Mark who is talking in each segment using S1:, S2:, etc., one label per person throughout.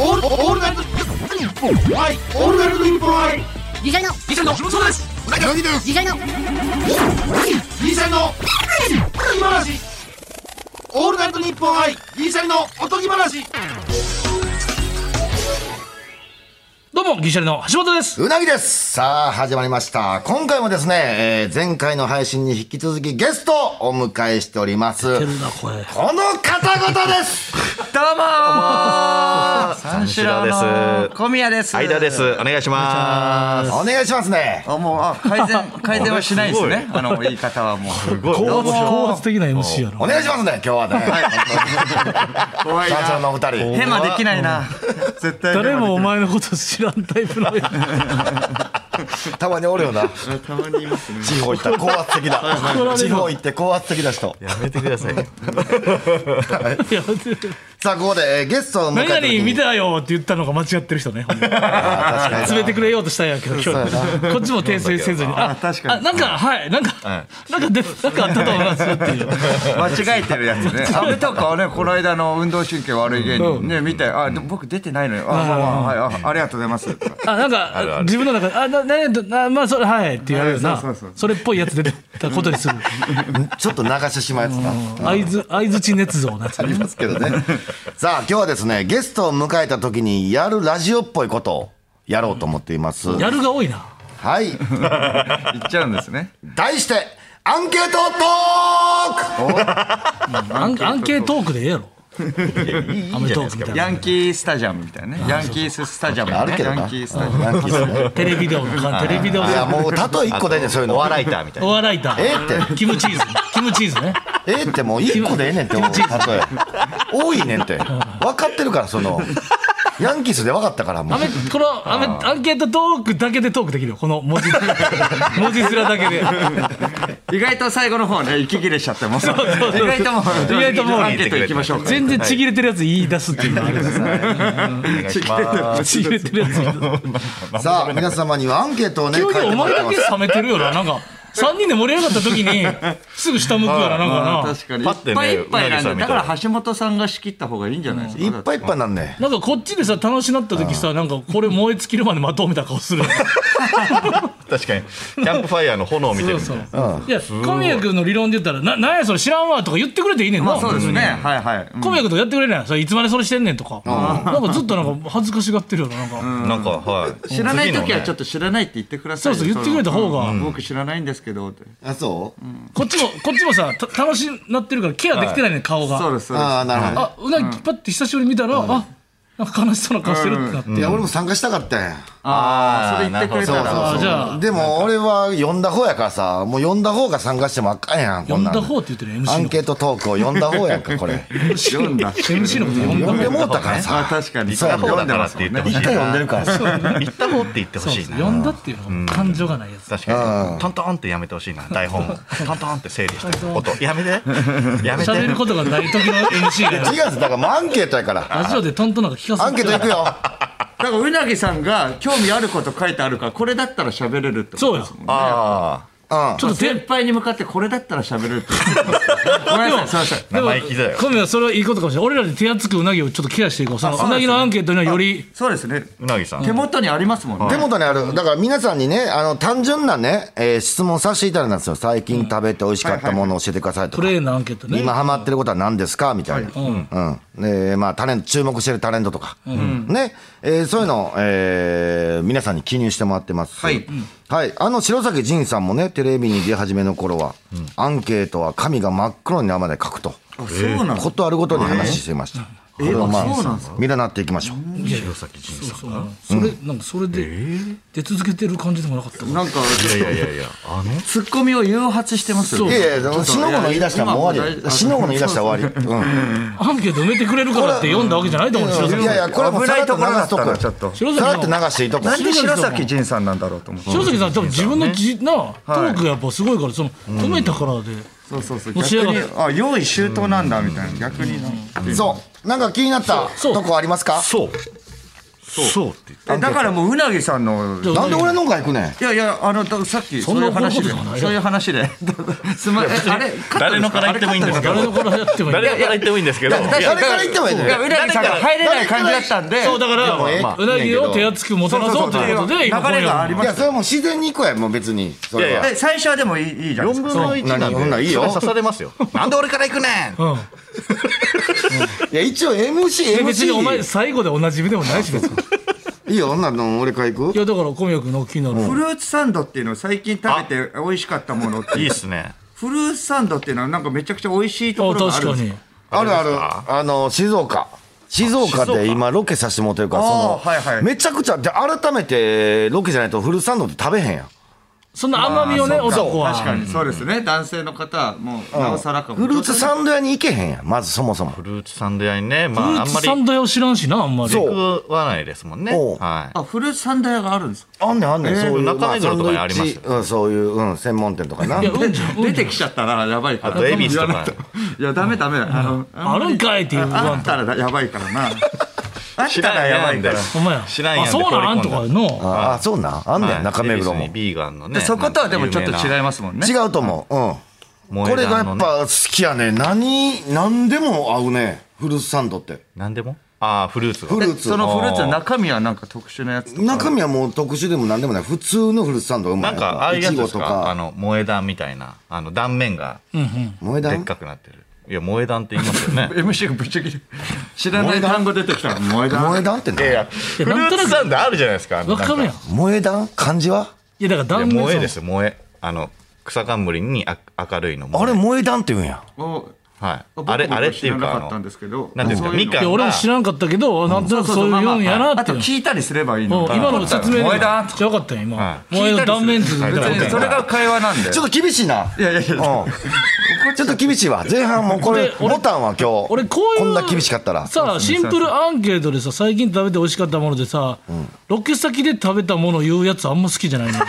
S1: オールオールナイトニッポンはいオールナイトニッポンはい
S2: ギシャリの
S1: ギシャリのそうです
S3: なぎです
S2: ギシャリの
S1: ギシャリのおとぎ話オールナイトニッポンはいギシャリのおとぎ話
S4: どうも、ギシャリの橋本です。
S3: うなぎですさあ、始まりました。今回もですね、えー前回の配信に引き続きゲストをお迎えしております。
S4: 出るな、声。
S3: この方々です
S5: どうもー三四郎
S6: 三四郎
S5: の
S6: です
S5: 小宮です。
S6: 間です。お願いしま
S3: お願いしますね
S5: あ、もう、あ、改善、 改善はしないです
S6: す
S5: ね。あの、言い方はも
S6: す。
S5: う。
S6: すごい。
S4: 高
S6: どう
S4: 圧、
S6: も
S4: 高圧的な MC やな。
S3: お願いしますね、今日はね。
S5: 怖い
S3: 三四郎のお
S5: な。
S3: 二人。
S5: ヘマできないな。絶対。
S4: 誰もお。前のこと知らんタイ プの。
S3: たまにおるよな。
S5: たまにいますね。
S3: 地方行ったら高圧的だ。地方行って高圧的な人。
S6: やめてください。
S3: さあ、ここで、えーゲストを迎え
S4: 何
S3: た時
S4: 々見
S3: に。
S4: たよって言ったのが間違ってる人 ね。ほんま
S3: あー確か
S4: 詰め
S3: に。
S4: てくれようとしたんやけど、今日。こっちも訂正せずに。あ、
S5: 確かに
S4: あなんか、はい、なんか、なんかで、なんかあったと思いますよっていう。
S5: 間違えてるやつね。あ、とかね、この間の運動神経悪い芸人ね、見て、あ、でも僕出てないのよ。あ、まあまあはい、あありがとうございます。
S4: あ、なんか、自分の中で、あ、な、な、な、まあ、それ、はい、って言われる
S5: うん
S4: な
S5: そうそうそう。
S4: それっぽいやつ出てたことにする。
S3: ちょっと流してしまいやつな。
S4: 相づ、相づち捏造なやつ
S3: あ。りますけどね。さあ、今日はですね、ゲストを迎えた時にやるラジオっぽいことをやろうと思っています。
S4: やるが多いな。
S3: はい。
S5: 言っちゃうんですね。
S3: 題して、アンケートトー
S4: アンアンケートークでええやろ。アメトークみたい
S5: ヤ
S4: な。
S5: ンキースタジアムみたいなね。ヤンキーススタジアム
S3: クある
S5: ね。
S3: けど
S5: ヤ
S3: な。
S5: ンキースタジアム。
S3: ヤンキースね
S4: テレビデオの感、テレビデオの
S3: いや、もう、たとえ一個でね、そういうの。
S6: お笑いターみたい
S4: お
S6: な。
S4: 笑いだ。
S3: ええって
S4: キムチーズ。キムチーズね。
S3: ええってもう一個でええねんって、俺たとえ。多いねんって。分かってるから、その、ヤンキースで分かったから、も
S4: ア
S3: う
S4: メ。このアメアンケートトークだけでトークできるよ。この文字、 文字面だけで。
S5: 意外と最後の方ね、息切れしちゃってもう。意
S4: うそうそう
S5: 外ともう、
S4: 意外ともう
S5: アンケート行きましょうか。
S4: 全然ちぎれてるやつ言い出すっていうのがあるから
S6: お願いしま
S4: さ。
S6: す。
S4: ちぎれてるやつ言い出す。
S3: さあ、皆様にはアンケートをね、書
S4: 急
S3: い
S4: に
S3: て
S4: お
S3: も
S4: 前
S3: らって
S4: だ
S3: ます。
S4: け冷めてるよな。なんか、3人で盛り上がった時に、すぐ下向くからなん
S5: あ
S4: か
S5: ー確かに。い
S6: パッてね
S5: っぱいいっぱいなん
S6: うなぎさ
S5: だ。
S6: んみた
S5: だ
S6: い
S5: か
S6: な
S5: ら橋本さんが仕切った方がいいんじゃないですか。
S3: いっぱいいっぱいなんね。
S4: な。なんかこっちでさ、楽しなった時さ、なんかこれ燃え尽きるまで待とうみたいな顔する。
S6: 確かに。キャンプファイヤーの炎を見て
S4: そ
S6: る
S4: う
S6: みた
S4: そ
S6: いうな。。
S4: いや、小宮君の理論で言ったら、な、なんやそれ知らんわとか言ってくれていいねんな。
S5: まあそうですね。はいはい。
S4: 小宮君とかやってくれないそれいつまでそれしてんねんとか。なんかずっとなんか恥ずかしがってるよな、なんか。
S6: なんか、はい。
S5: 知らない時はちょ
S6: と。
S5: っと知らないって言ってくださ
S4: そう
S5: い。
S4: そう、言ってくれた方が、
S5: うん僕知らないんですけどって。
S3: あ、そう
S4: こっちも、こっちもさ、た楽しなってるからケアできてないねん、顔
S5: そう
S4: が。
S5: ですそうです。
S3: ああ、なるほど。
S4: あ、うなぎパッて久しぶりに見たら、あ、なんか悲しそうな顔してるってなって。
S3: いや、俺も参加したかったんや。
S5: ああ、それ言ってくれ
S3: そ
S5: た
S3: うそう
S5: ら。
S3: そう
S4: あじゃあ
S3: でも俺は呼んだ方やからさもう呼んだ方が参加してもあかんやんこ
S4: 呼
S3: ん
S4: ん
S3: なん
S4: だ方って言ってる MC
S3: アン
S4: の
S3: ケートトークを呼んだ方やんかこれ
S5: 読んだ。
S4: MC のこと呼んだ
S3: 呼んでもうたから
S5: ああ
S3: さ
S5: 確かに。
S3: そう
S6: 行った方
S5: 読
S6: だ
S5: んで
S6: か
S5: ま
S6: らっ
S5: す
S6: て
S5: も
S6: 言
S5: ん
S6: ってほ
S5: ね
S6: しい
S3: 一回 呼んでる
S6: な。
S3: からさ
S6: 行った方って言ってほ
S4: そう
S6: しい
S4: そう
S6: な。
S4: 呼んだっていうのが感情がないやつ。
S6: 確かに。トントンってやめてほしいな。台 本。トントンって整理して。音。やめて。やめ
S4: 喋る
S6: て。
S4: ことがない時の MC が
S3: 違うんですだからもうアンケートやから
S4: ラジオでトントンなんか聞かせ
S3: アンケート行くよ
S5: だからうなぎさんが興味あること書いてあるからこれだったら喋れるってこと
S4: そう
S5: で
S4: や
S5: すもん。
S6: あ
S3: うん
S4: ちょっと手
S5: 先輩に向かってこれだったら喋れるってこと。ごめんなさい、すいません。
S6: あ。生意気だよ。
S4: 小宮はそれはいいことかもしれない。俺らで手厚くうなぎをちょっとケアしていこう。その
S5: そう
S4: う
S5: ですね
S4: なぎのアンケートにはより、
S5: そうですね。
S6: うなぎさん。
S5: 手元にありますもん
S3: 手
S5: ね。
S3: 元にあるだから皆さんにねあの単純なね、えー質問させていただいたんですよ最近食べて美味しかったものを教えてくださいと
S4: プ
S3: か
S4: レーンなアンケートね。
S3: 今ハマってることは何ですかみたいな、うんでまあ、タレント注目してるタレントとか、ねえーそういうのを、えー皆さんに記入してもらってます、
S5: はい
S3: はいあの白崎仁さんもねテレビに出始めの頃は、アンケートは紙が真っ黒に生で書くと。
S5: あ、そうなんだ
S3: ことあるごとに話していました。これをま
S5: あそうなん
S3: あ
S5: です、
S3: 見習っていきましょう。
S6: 白崎仁さん。
S4: そうなのそれ、なんかそれで、出続けてる感じでもなかったから
S5: なんか、
S6: いやいやいや、あの。
S5: ツッコミを誘発してますよ
S3: い
S5: ね。
S3: やいや、死の子の言い出したらもう終わりよ。死の子の言い出したら終わり。うん
S4: アンケート埋めてくれるからって読んだわけじゃないと思う白
S3: い
S4: 崎
S3: やいや、これはもう
S5: 危
S3: さ
S5: な
S3: らっ
S5: い
S3: と
S5: と
S3: 流
S5: ころだ
S3: す
S5: っ
S3: と
S5: た
S3: こ
S5: な、ちょっと。
S4: 白
S3: さらっ
S4: 崎
S3: と流
S4: さん
S3: していいとこ。
S5: なんで白崎仁さんなんだろうと思って。
S4: 白崎さん多分自分のじ、なトークがやっぱすごいからその止めたからで、
S5: そうそうそう。
S4: もう
S5: 逆
S4: 仕上が
S5: に、あ、用意周到なんだみたいな。逆にな。
S3: そう。なんか気になった
S4: そう
S3: とこありますか
S6: そう。そうって言って
S5: えだからもううなぎさんの
S3: なんで俺のが行くねん
S5: いやいやあのださっき
S4: そ
S5: そ
S4: ん
S5: う
S4: な
S5: いう話で
S4: 怒ることじゃない
S5: そういう話で すまえあれ
S6: 誰のから言ってもいいんですけど
S4: 誰のからやってもいい
S6: 誰のから言ってもいいんですけど
S5: だ
S6: い
S5: だ
S6: や
S3: 誰から言ってもいいの
S5: いやうなぎさんが入れない感じだったんで
S4: そうだから、
S3: もええまあ
S4: うなぎを手厚くもてなそうということで今
S5: 流れがありま
S3: いや
S5: す
S3: それはもう自然に行こうやもう別にそれ
S6: いやい
S3: は
S5: え最初はでもいいいいじゃん
S6: 4分の1なん
S3: そう何ほんならい
S6: で
S3: いよ
S6: それ刺されますよなんで俺から行くねん
S4: うん
S3: いや一応 MC
S4: で別にお前
S3: MC
S4: 最後でおなじみでもないし別に
S3: いいよ女の俺から行
S4: い
S3: く
S4: やだから小宮君の昨日の
S5: フルーツサンドっていうのを最近食べて美味しかったものって
S6: いいっすね
S5: フルーツサンドっていうのはなんかめちゃくちゃ美味しいところがあ
S4: 確
S5: る
S4: か
S5: んです
S4: に
S5: か
S3: あるあ
S6: あれです
S3: るあの静岡静岡で今ロケさせてもらってるからその
S5: あーはいはい
S3: めちゃくちゃで改めてロケじゃないとフルサンドって食べへんやん
S4: そんな甘みをね
S5: あーそうか
S4: 男は
S5: 確かにそうですね男性の方はもうなおさらかも
S3: フルーツサンド屋に行けへんやんまずそもそも
S6: フルーツサンド屋にねま
S4: フル
S6: あ
S4: ー
S6: あん
S4: ツ
S6: まり
S4: サンド屋を知らんしなあんまり
S3: そう
S6: 食わないですもんね
S3: おう
S6: はい
S5: あフルーツサンド屋があるんですか
S3: あんねんあんねん、そういう
S6: 中目黒とかにあります
S3: サンドイ
S6: よ
S3: ッチうんそういう、うん、専門店とかない
S4: やうんじゃんうん
S5: 出てきちゃったなやばいか
S6: あ
S5: ら
S6: と恵比寿とか
S5: いやダメダメあの
S4: あるんかいっていう
S5: ああったらやばいからな あったらやばいから
S4: ほんまや
S6: 知らんやん
S4: あそうなんとかの
S3: ああそうなんあんねん、
S6: はい
S3: 中目黒
S6: 恵比寿に
S3: も違
S6: ビーガンのね
S5: でそことはでもちょっと違い
S6: ま
S5: ますもんね
S3: うと思う、うん、
S6: 萌
S3: こ
S6: え
S3: れがやっ
S6: 断のね
S3: ぱ好きやね何何でも合うねフルーツサンドって
S6: 何でもああフルーツが
S3: フルー
S5: で
S3: ツ
S5: そのフルーツの中身はなんか特殊なやつとか
S3: 中身はもう特殊でも何でもない普通のフルーツサンドがうま
S6: ないんかああいうやつです
S3: ちごと
S6: かあ
S3: か
S6: の萌え断みたいなあの断面が
S3: 萌え
S6: でっ
S3: 断
S6: かくなってるいや萌え断って言いますよ ね
S5: MC がぶっちゃけ知らない単語出てきたら萌えだ
S3: 萌え断ってない
S6: やいやフル
S4: なんと
S6: ー
S4: なく
S6: ツサンドあるじゃないですか
S4: わかるやん
S6: い
S3: 萌え断漢字はい
S4: やだから
S6: や
S4: 断面
S6: 萌えですよ萌えあの草冠にあ明るいの萌
S3: あ
S6: え
S3: れ萌え断って言うんや
S5: を
S6: はい
S5: 僕
S6: あれ
S5: 僕
S6: あれっていう
S5: 知
S6: か
S5: らなかった
S6: あ
S5: ん
S6: の
S5: ですけど
S6: なんていうんですか
S5: そういう
S6: み
S5: の
S6: か
S4: いや俺も知らんかったけどなんとなくそういうもんやな
S5: あ
S4: って
S5: と
S4: いう
S5: 聞いたりすればいい
S4: うん
S5: の
S4: 今の説明
S5: 萌え
S4: じ
S5: だ
S4: ゃよかったよ今
S6: は
S4: 萌えの断面図みたい
S5: 別
S4: な
S5: にそれが会話なんで
S3: ちょっと厳しいない
S5: やいやいや
S3: うん、ちょっと厳しいわ前半もうこれ
S4: で俺
S3: ボタンは今日
S4: 俺こういう
S3: こんな厳しかったら
S4: さあシンプルアンケートでさ最近食べて美味しかったものでさ、ロケ先で食べたものを言うやつあんま好きじゃないのいや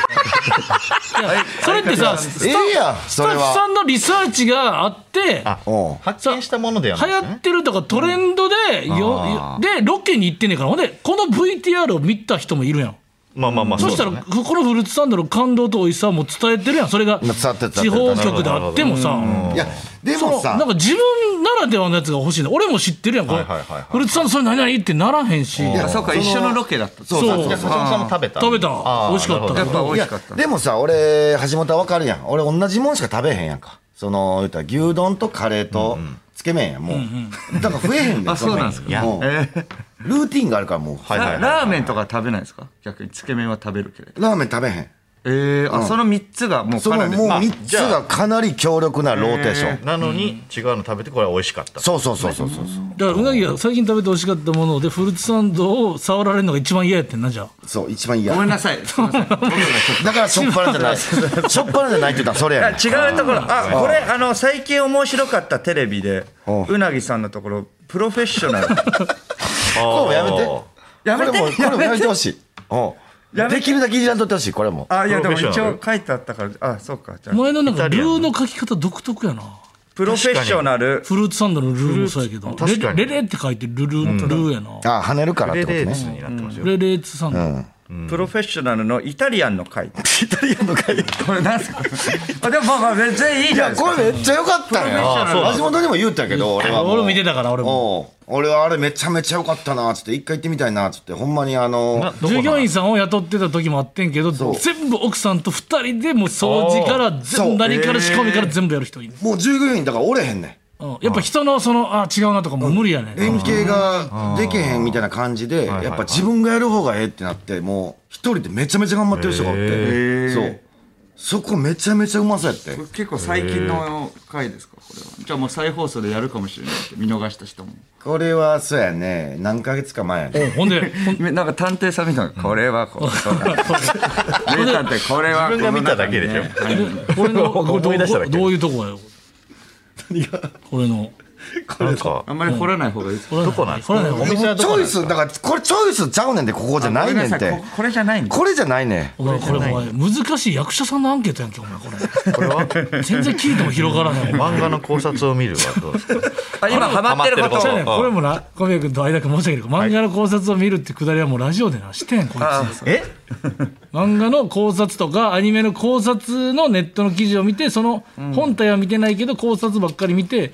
S4: それってさス
S3: え
S4: タ
S3: えやん
S4: スタ
S3: それ
S4: ッフさ
S3: は
S4: んのリサーチがあって
S6: あ
S3: うん
S6: 発見したものではな
S4: 流
S6: い
S4: 行
S6: ですね
S4: ってるとかトレンドでよ
S6: あ
S4: でロケに行ってんねえからほんでこの VTR を見た人もいるやん
S6: まあまあまあ
S4: そしたら、
S6: うですね
S4: ここのフルーツサンドの感動と美味しさはもう伝えてるやんそれが
S3: 伝わってる
S4: 地方局であってもさ
S3: いやで
S4: そ
S3: も
S4: の
S3: さ
S4: なんか自分ならではのやつが欲しいんだ俺も知ってるやんこれ、
S6: はいはいはいはい
S4: フルーツサンドそれ何々ってならへんし
S3: いや
S5: あそうか
S3: その
S5: 一緒のロケだった
S3: そうそうそう
S6: 佐々木さんも食べた
S4: 食べた
S6: あー
S4: 美味しかった
S6: なるほど
S5: やっぱ
S3: い
S5: 美味
S3: や
S5: しかった
S3: でもさ俺橋本は分かるやん俺同じもんしか食べへんやんかその言ったら牛丼とカレーとつけ麺やんもうだから増えへんね
S5: あそうなん
S3: そ
S5: です
S3: の
S5: か
S3: 麺もう
S5: えー
S3: ルーティンがあるからもう
S6: はいはいはい
S5: ララーメンとか食べないですか逆につけ麺は食べるけれど
S3: ラーメン食べへん
S5: えーあその3つがもう
S3: そ
S5: かな
S3: の
S5: り
S3: もう
S5: あ
S3: 3つがかなり強力なローテーション
S6: なのに違うの食べてこれは美味しかった
S3: そうそうそうそうそう
S4: だからうなぎが最近食べて美味しかったものでフルーツサンドを触られるのが一番嫌やってんなじゃあ
S3: そう一番嫌
S5: ごめんな さいすいません僕がちょっと
S3: だからしょっぱなじゃない しょっぱなじゃないって言ったらそれやねん
S5: いや違うところあこれあの最近面白かったテレビで
S3: うん
S5: うなぎさんのところプロフェッショナ ル
S6: こ
S3: うやめてこ
S5: やめ
S3: れ
S5: て
S3: もこれもやめてほしいうん
S5: やめ
S3: で
S5: て
S3: きるだけいじらんとってほしいこれも
S5: あいやでも
S6: プロフェッ
S5: 一
S6: ショナ
S5: 応
S6: ル
S5: 書いてあったからあそうかじゃ
S4: お
S5: あ
S4: 前のなんか
S6: イタリ
S4: ル
S6: アン
S4: ーの書き方独特やな
S5: プロフェッショナル
S4: フルーツサンドのルーもそうやけど
S6: フルーツ確かに
S4: レレレって書いてルルー、ルーやな
S3: あ跳ねるからっ
S6: レ
S3: てこと
S6: レース
S3: ね
S6: になってますよ
S4: レレーツサンド、
S5: プロフェッショナルのイタリアンの会イタリアンの会 これなんすかあでもまあまあ全然いい
S3: い
S5: じ
S3: や
S5: ゃないです
S3: こ
S5: か
S3: れめっちゃ良かったんや
S6: あそうなんだ
S3: 橋本にも言うたけど俺は
S4: 俺も見てた
S3: か
S4: から俺も
S3: おう俺はあれめちゃめちゃ良かったなっつって一回行ってみたいなっつってほんまにあ
S6: な
S3: の
S6: どこ
S4: 従
S6: な
S4: 業員さんを雇ってた時もあってんけど
S3: う
S4: 全部奥さんと2人でもう掃除から
S3: あー
S4: 全何から仕込みから全部やる人いる、
S3: もう従業員だから折れへんね
S4: うん、やっぱ人のそのあー違うなとかもう無理やね
S3: ん連携ができへんみたいな感じで
S6: い
S3: やっぱ自分がやる方がええってなってもう一人でめちゃめちゃ頑張ってる人がおっ
S6: へ
S3: てそうそこめちゃめちゃうまそうやって
S5: 結構最近の回ですかこれはじゃあもう再放送でやるかもしれないって見逃した人も
S3: これはそうやね何ヶ月か前やね
S4: ほん でほん
S5: なんか探偵さんみたいなこれはこうそうか名探偵これは
S6: 自分が見ただけでしょ
S5: この中にね
S4: 俺の
S6: 思い出しただけ
S4: どういうとこやよ俺の
S6: なんか
S5: あんまり掘らない方がいいです。
S4: ど
S6: どこなんですか
S4: これね
S6: お店は
S3: チ
S6: どこな
S3: ョ
S6: ん
S3: イ
S6: です
S3: ス、
S6: か
S3: だから、これチョイスちゃうねんで、ここじゃないねん
S5: ごめ
S3: て
S5: さいこ。これじゃないんだ。
S3: これじゃないね。
S4: お前これお前難しい役者さんのアンケートやんけお前これ
S6: これは
S4: 全然聞いても広がらないお前
S6: 漫画の考察を見るはどうですか
S5: あ今ハマってること
S6: ハマ
S4: じゃ
S6: っ
S4: あね
S6: てること
S4: これもな小宮君と相田君申し訳ないけど漫画の考察を見るってくだりはもうラジオでなしてんこいつ
S6: え
S4: 漫画の考察とかアニメの考察のネットの記事を見てその本体は見てないけど考察ばっかり見て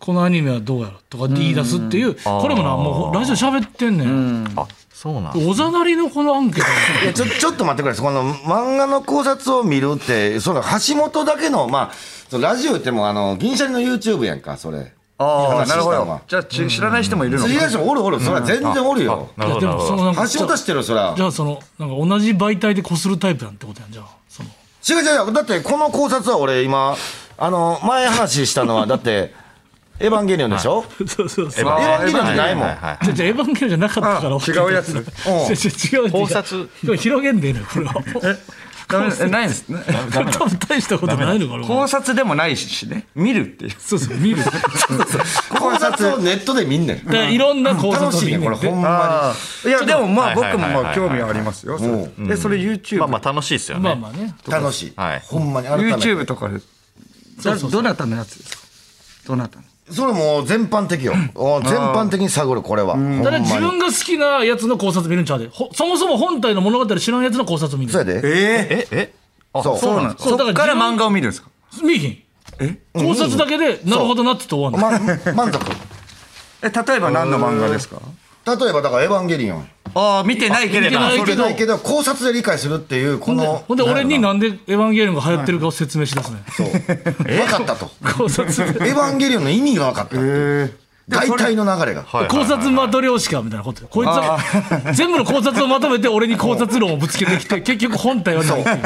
S4: このアニメはどうやろとかって言い出すっていうこれもなもうラジオ喋ってんねん
S6: あそうなん
S4: おざなりのこのアンケー
S3: いやちょちょっと待ってください、この漫画の考察を見るって、その橋本だけの、まあ、そのラジオ言っても、あの銀シャリの YouTube やんか、それ。
S5: ああ、なるほ
S3: 話したのは
S5: ど。じゃあち知らない人もいるの
S3: い
S5: か。
S3: やいやおるおる、そりゃ全然おるよ。
S6: な
S4: トいやで
S6: るほどなる
S4: も
S6: ほ
S4: そ
S6: ど
S4: のなんか
S3: 橋本知ってるよ、そりゃ
S4: じ。ゃあそのなんか同じ媒体でこするタイプなんてことやんじゃあその
S3: 違う違う違う、だってこの考察は俺、今、あの前話したのは、だって、エヴァンゲリオンでしょ、
S4: そうそうそ
S3: エ
S4: う
S3: ヴァンゲリオンじゃないもん。
S6: はいはいはい
S4: じゃあじゃあエヴァンゲリオンじゃなかったから
S5: あ違うやつ
S4: 違う 違う違う
S6: 考察
S4: 今日広げんでええのよこれは
S5: ダメえないです。ダメ
S4: 多分大したことないのかなこれ
S5: 考察でもないしね。見るっていう。
S4: そうそう見る
S3: 考察をネットで見んねん。
S4: だからいろんな考察
S3: 楽
S4: を
S3: しい
S4: 見
S3: ね
S4: ん
S3: ん、こ
S4: ね
S3: れ、
S4: んて
S3: ほんま
S5: いやでもまあ
S6: はいはい
S5: 僕
S6: は
S5: も
S6: い
S5: まあ興味はありますよ。それでそれ YouTube
S6: まあまあ楽しいですよ
S4: まあ
S6: ね
S4: まあね
S3: に楽しい。
S6: はい
S3: ほんまに改めて。
S5: YouTube とかで。
S4: そうそうそう
S5: どなたのやつですか。どなたの。
S3: それもう全般的よ。お全般的に探る、これは。ほんま
S4: ただ
S3: に
S4: 自分が好きなやつの考察見るんちゃうでほそもそも本体の物語知らんやつの考察見る
S3: そうやで。
S5: え
S6: え
S5: え。
S6: えあ
S3: そう
S5: そうなんです。そっから漫画を見るんですか。
S4: 見えへん考察だけでなるほどなって言って終わんの
S3: ま、 満足。
S5: え例えば何の漫画ですか。
S3: 例えば、だから、エヴァンゲリオン。
S5: ああ見てないければ
S4: あ。
S3: それないけど、考察で理解するっていう、この。
S4: ほんで俺に
S3: な
S4: なんでエヴァンゲリオンが流行ってるかを説明しだすね
S3: 分かったと。
S4: 考察
S3: エヴァンゲリオンの意味が分かった。大体の流れが。
S6: はいはい
S4: 考察マトリョーシカみたいなことこいつは全部の考察をまとめて俺に考察論をぶつけてきて結局本体はないっていう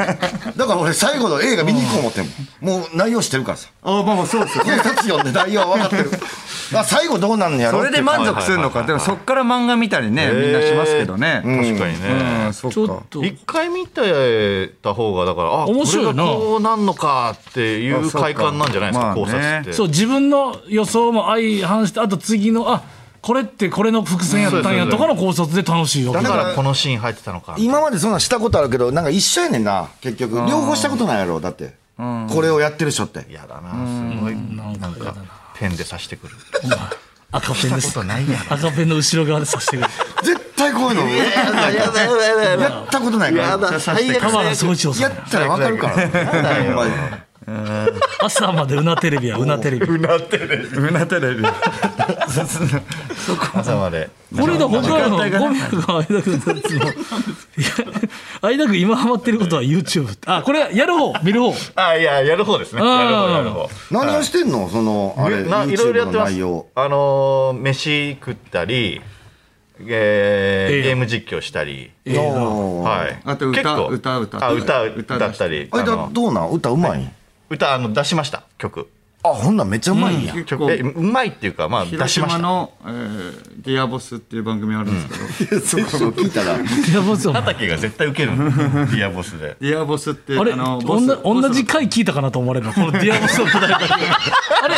S3: だから俺最後の映画見に行こう思ってんもんもう内容してるからさ
S5: ああまあまあそうですよ。
S3: いや冊読んで内容は分かって るあ最後どうなんのやろ
S5: それで満足するのか。でもそっから漫画見たりねみんなしますけどね。
S6: 確かにね
S5: うんそっ
S4: ちょ
S5: か
S4: っ。と
S6: 一回見てた方がだからあ
S4: 面白いな
S6: これがこうなんのかっていう快感なんじゃないですか
S5: あそ
S6: 考
S5: うか
S6: 察
S5: ま
S6: っ
S5: あね
S6: て
S4: そう自分の予想も相反してあと次のあこれってこれの伏線やったんやとかの考察で楽しいよ
S6: だか
S3: だからら
S6: このシーン入ってたのか
S3: 今までそんなんしたことあるけどなんか一緒やねんな結局両方したことないやろだってこれをやってる人って
S6: やだなすごいなんかペンで刺してくる
S4: 赤ペンです
S6: ことないや
S4: 赤ペンの後ろ側で刺 してくる
S3: 絶対こういうの やったことないから
S6: だ最
S4: 鎌田総一郎さ
S3: や
S4: ん
S3: ったら分かるからほんまに
S4: 朝までうなテレビやうなテレビこ
S5: うなテレビ。
S6: 朝まで
S4: れの他の
S5: 時間帯が
S4: 小宮君相田君のやつのいや相田君今ハマってることは YouTube ってあこれやる方見る方
S6: あいややる方ですね
S4: うん
S6: やる方やる方
S3: 何をしてんのそのあれ
S6: いろいろや
S3: YouTube
S6: って
S3: の
S6: ます
S3: 内容
S6: あのー飯食ったりえ
S4: ええ
S6: ーゲーム実況したり
S4: ええな
S6: はい
S5: あと歌
S6: 結構
S5: 歌歌った
S6: あ
S5: り
S6: 歌
S5: 歌
S6: 歌ったり
S3: あれ
S6: あ
S3: だ
S6: の
S3: どうなん歌うまい
S6: 歌あの出しました曲
S3: あほんなんめっちゃうまいんや
S5: 結
S6: 曲
S5: 構
S6: えうまいっていうかまあ出
S5: 広
S6: しまし
S5: 島
S6: た
S5: の、えー、ディアボスっていう番組あるんですけど、
S3: そう聞いたら
S4: いやもうそう
S6: 畑が絶対ウケるのデ ィアボスで
S5: ディアボスって
S4: あれ
S5: ボス
S4: おんな同じ回聞いたかなと思われるのこのディアボスのくだりだけあれ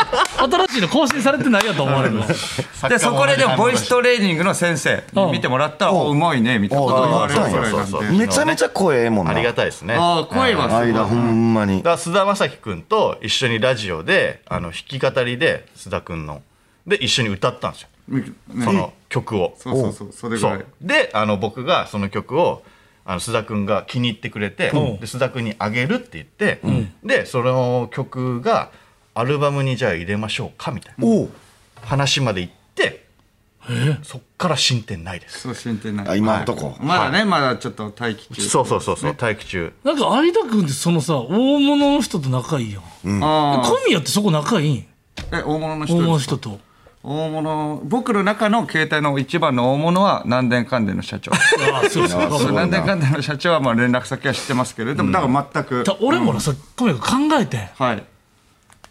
S4: 新しいの更新されてないやと思われるの
S5: ボスでそこででもボイストレーニングの先生
S4: うん
S5: に見てもらったらおうまいねみたいなこと言われる
S3: あ
S5: くらい
S6: そ
S5: な
S6: うそうんそう
S5: で
S3: めちゃめちゃ声ええもんな
S6: ありがたいですね
S5: ああ声はすごい
S3: 間ほんまに
S6: だから菅田将暉君と一緒にラジオであの弾き語りで菅田君ので一緒に歌ったんですよ
S5: ね
S6: その曲を
S5: そうそうそうそれぐ
S6: そ
S5: ら
S6: う
S5: い
S6: であの僕がその曲をあの須田君が気に入ってくれて、
S4: うん
S6: で須田君にあげるって言って、でその曲がアルバムにじゃあ入れましょうかみたいな
S3: おう
S6: 話まで行ってそっから進展ないです
S5: そう進展ない
S3: あ今のとこ
S5: はいまだねまだちょっと待機中
S6: そうそうそうそう待機中
S4: なんか相田君ってそのさ大物の人と仲いいやん
S5: あ
S4: 小宮ってそこ仲いいん
S5: あえ大物の
S4: 大
S5: 人
S4: 物の
S5: です
S4: 人と
S5: 大物僕の中の携帯の一番の大物は何年かんでの社長
S4: ああそうそう
S3: あそう
S5: 何年かんでの社長はまあ連絡先は知ってますけどでもだから全く、
S4: だから俺もなさ小宮君考えてんや
S5: はい